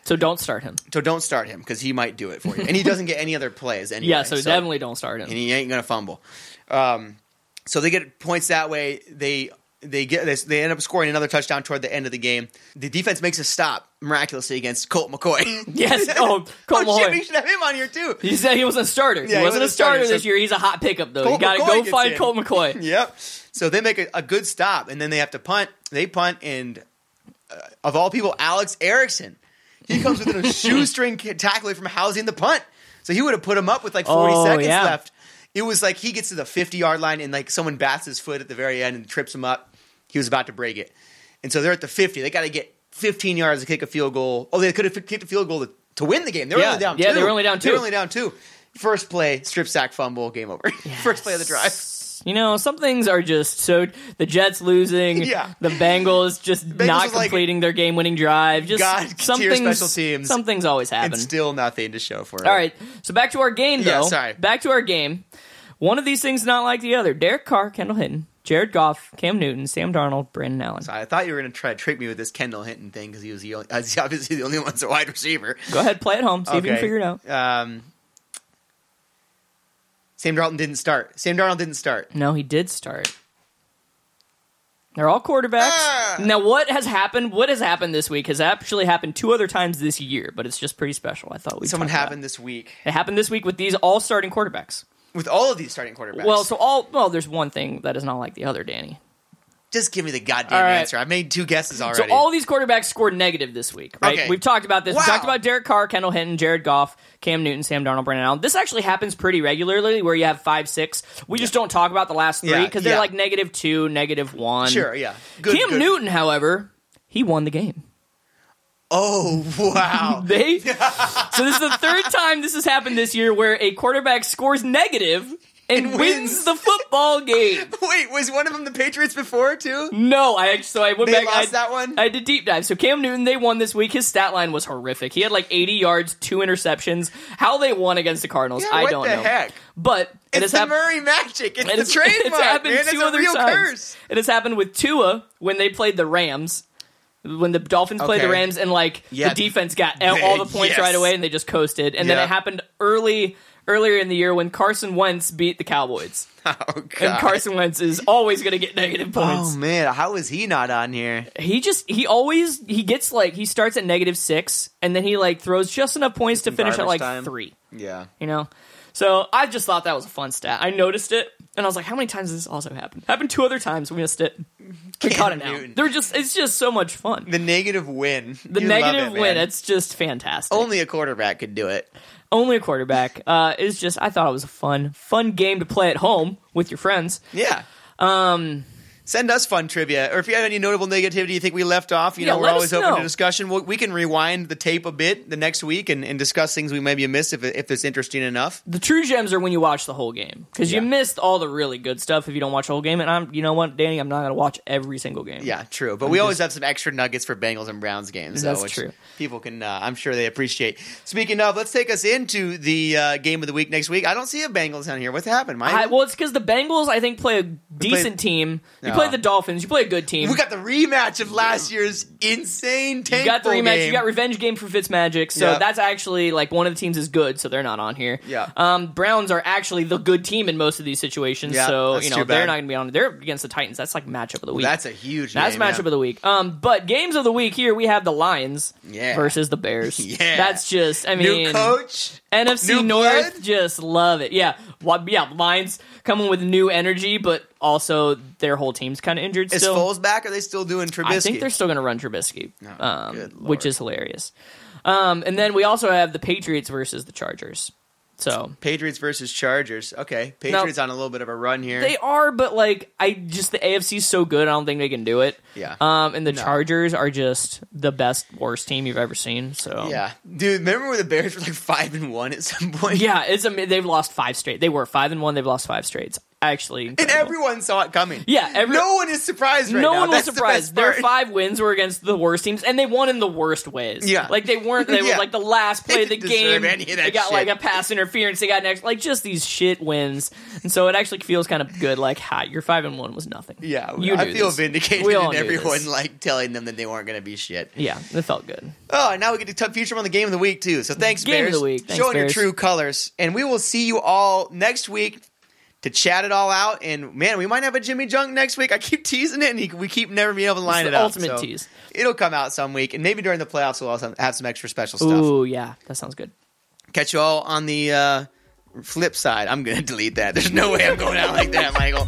B: So don't start him.
A: So don't start him because he might do it for you, and he doesn't get any other plays. Anyway,
B: yeah, so, definitely don't start him.
A: and he ain't gonna fumble. Um, so they get points that way. They they get they, they end up scoring another touchdown toward the end of the game. The defense makes a stop miraculously against Colt McCoy.
B: yes. Oh,
A: oh
B: Colt
A: shit,
B: Malloy.
A: we should have him on here too.
B: He said he was a starter.
A: he
B: he wasn't a
A: wasn't a starter,
B: starter this
A: so-
B: year. He's a hot pickup though.
A: Colt
B: you gotta
A: McCoy
B: go
A: gets
B: find
A: in.
B: Colt McCoy.
A: Yep. So they make a, a good stop, and then they have to punt. They punt, and uh, of all people, Alex Erickson. He comes within a shoestring ki- tackle away from housing the punt. So he would have put him up with like 40
B: Oh,
A: seconds
B: yeah.
A: left. It was like he gets to the 50 yard line, and like someone bats his foot at the very end and trips him up. He was about to break it. And so they're at the 50. They got to get 15 yards to kick a field goal. Oh, they could have kicked a field goal to, to win the game. They were
B: Yeah.
A: only down
B: Yeah,
A: two.
B: they were only down
A: They were
B: two.
A: only down two. First play, strip sack fumble, game over. First play of the drive.
B: You know, some things are just so. The Jets losing,
A: Yeah.
B: The Bengals just not
A: was like,
B: completing their game-winning drive. Just
A: God, to
B: some
A: your
B: things.
A: special teams.
B: Some things always happen.
A: and still nothing to show for it.
B: All right, so back to our game
A: Yeah,
B: though.
A: sorry.
B: Back to our game. One of these things not like the other. Derek Carr, Kendall Hinton, Jared Goff, Cam Newton, Sam Darnold, Brandon Allen.
A: I thought you were going to try to trick me with this Kendall Hinton thing because he was the only, uh, he's obviously the only one that's a wide receiver.
B: Go ahead, play at home. See if you can
A: Okay.
B: figure it out.
A: Um, Sam Darnold didn't start. Sam Darnold didn't start.
B: No, he did start. They're all quarterbacks.
A: Ah!
B: Now, what has happened? What has happened this week has actually happened two other times this year, but it's just pretty special. I thought we
A: Someone happened this week
B: It happened this week with these all starting quarterbacks.
A: with all of these starting quarterbacks.
B: Well, so all well, there's one thing that is not like the other, Danny.
A: just give me the goddamn
B: All right.
A: answer. I've made two guesses
B: So
A: already.
B: all these quarterbacks scored negative this week, right?
A: Okay.
B: We've talked about this.
A: Wow.
B: We talked about Derek Carr, Kendall Hinton, Jared Goff, Cam Newton, Sam Darnold, Brandon Allen. This actually happens pretty regularly where you have five, six. We just don't talk about the last three
A: Yeah,
B: because they're
A: yeah.
B: like negative two, negative one.
A: sure, yeah. Good,
B: Cam
A: good.
B: Newton, however, he won the game.
A: Oh wow.
B: They so this is the third time this has happened this year where a quarterback scores negative
A: And
B: and wins.
A: wins.
B: the football game.
A: Wait, was one of them the Patriots before too?
B: No, I actually so I went
A: They
B: back.
A: lost
B: I,
A: that one?
B: I did deep dive. So Cam Newton, they won this week. His stat line was horrific. He had like 80 yards, two interceptions. How they won against the Cardinals,
A: Yeah,
B: I
A: what
B: don't
A: the
B: know.
A: heck?
B: But
A: It's
B: it has
A: the
B: happened.
A: Murray magic. It's
B: It
A: the
B: has-
A: trademark.
B: It's happened
A: man.
B: two
A: it's
B: other
A: a real
B: times.
A: curse.
B: It has happened with Tua when they played the Rams. When the Dolphins played the
A: Okay.
B: Rams and like
A: Yeah.
B: the defense got out all the points
A: Yes.
B: right away and they just coasted, and then
A: Yeah.
B: it happened early earlier in the year when Carson Wentz beat the Cowboys,
A: Oh
B: and
A: god.
B: Carson Wentz is always going to get negative
A: Oh
B: points.
A: man, how is he not on here?
B: He just he always he gets like he starts at negative six and then he like throws just enough points to finish at
A: garbage
B: like
A: time.
B: three
A: Yeah.
B: you know so i just thought that was a fun stat i noticed it and i was like how many times has this also happened happened two other times we missed it we caught it now
A: Newton.
B: they're just it's just so much fun
A: The negative win.
B: the negative win it's just fantastic only,
A: Only a quarterback could do it.
B: a quarterback uh, is just i thought it was a fun fun game to play at home with your friends
A: Yeah. Um. Send us fun trivia, or if you have any notable negativity you think we left off, you
B: Yeah,
A: know we're
B: let
A: always
B: us
A: open
B: know.
A: to discussion. We'll, we can rewind the tape a bit the next week and, and discuss things we maybe missed if if it's interesting enough.
B: the true gems are when you watch the whole game because
A: Yeah.
B: you missed all the really good stuff if you don't watch the whole game and i'm you know what danny i'm not gonna watch every single game
A: Yeah, true. But we always have some extra nuggets for Bengals and Browns games. So
B: That's
A: which
B: true.
A: People can, uh, I'm sure they appreciate. Speaking of, let's take us into the uh, game of the week next week. I don't see a Bengals on here. What's happened, Mike?
B: I, well, it's because the Bengals, I think, play a decent team. You
A: No.
B: play the Dolphins. You play a good team.
A: We got the rematch of last year's insane tank.
B: You got the
A: bowl
B: rematch. You
A: game.
B: got revenge game for Fitzmagic. So
A: Yeah.
B: that's actually like one of the teams is good, so they're not on here.
A: Yeah.
B: Um, Browns are actually the good team in most of these situations.
A: Yeah,
B: so
A: that's
B: you know
A: too bad.
B: they're not going to be on. They're against the Titans. That's like matchup of the week.
A: That's a huge.
B: That's
A: game,
B: matchup
A: yeah.
B: of the week. Um, but games of the week here we have the Lions
A: Yeah.
B: versus the Bears.
A: Yeah.
B: That's just I mean
A: new coach.
B: NFC
A: New
B: North
A: blood?
B: just love it. Yeah, Wa- yeah. Lions coming with new energy, but also their whole team's kind of injured
A: Is
B: still.
A: Foles back? Are they still doing Trubisky?
B: I think they're still going to run Trubisky,
A: Oh,
B: um,
A: good lord.
B: which is hilarious. Um, and then we also have the Patriots versus the Chargers. So
A: Patriots versus Chargers. Okay, Patriots on a little bit of a run here.
B: they are, but like I just the AFC's so good, I don't think they can do it.
A: Yeah.
B: Um, and the Chargers are just the best worst team you've ever seen. So
A: yeah, dude. Remember when the Bears were like five and one at some point?
B: Yeah, it's a, they've lost five straight. They were five and one. They've lost five straight. actually
A: And
B: incredible.
A: everyone saw it coming.
B: yeah, every,
A: no one is surprised right
B: no
A: now.
B: one was
A: That's the
B: surprised.
A: best
B: Their
A: part.
B: five wins were against the worst teams, and they won in the worst ways.
A: Yeah.
B: like they weren't. They
A: Yeah.
B: were like the last play of
A: They
B: the
A: didn't
B: game.
A: deserve any of that
B: they got
A: shit.
B: like a pass interference. They got next. Like just these shit wins, and so it actually feels kind of good. Like, hi, your five and one was nothing.
A: Yeah,
B: you
A: I
B: knew
A: feel
B: this.
A: vindicated
B: We all
A: in
B: knew
A: everyone
B: this.
A: like telling them that they weren't going to be shit.
B: Yeah, it felt good.
A: Oh, and now we get to tough future on the game of the week too. So thanks,
B: Game of
A: Bears,
B: the week. Thanks,
A: showing
B: Bears.
A: your true colors. And we will see you all next week to chat it all out. And man, we might have a Jimmy Junk next week. I keep teasing it, and he, we keep never being able to line
B: the
A: it up.
B: ultimate
A: So
B: tease.
A: It'll come out some week, and maybe during the playoffs we'll also have some extra special stuff.
B: Ooh, yeah, that sounds good.
A: Catch you all on the uh, flip side. I'm going to delete that. There's no way I'm going out like that, Michael.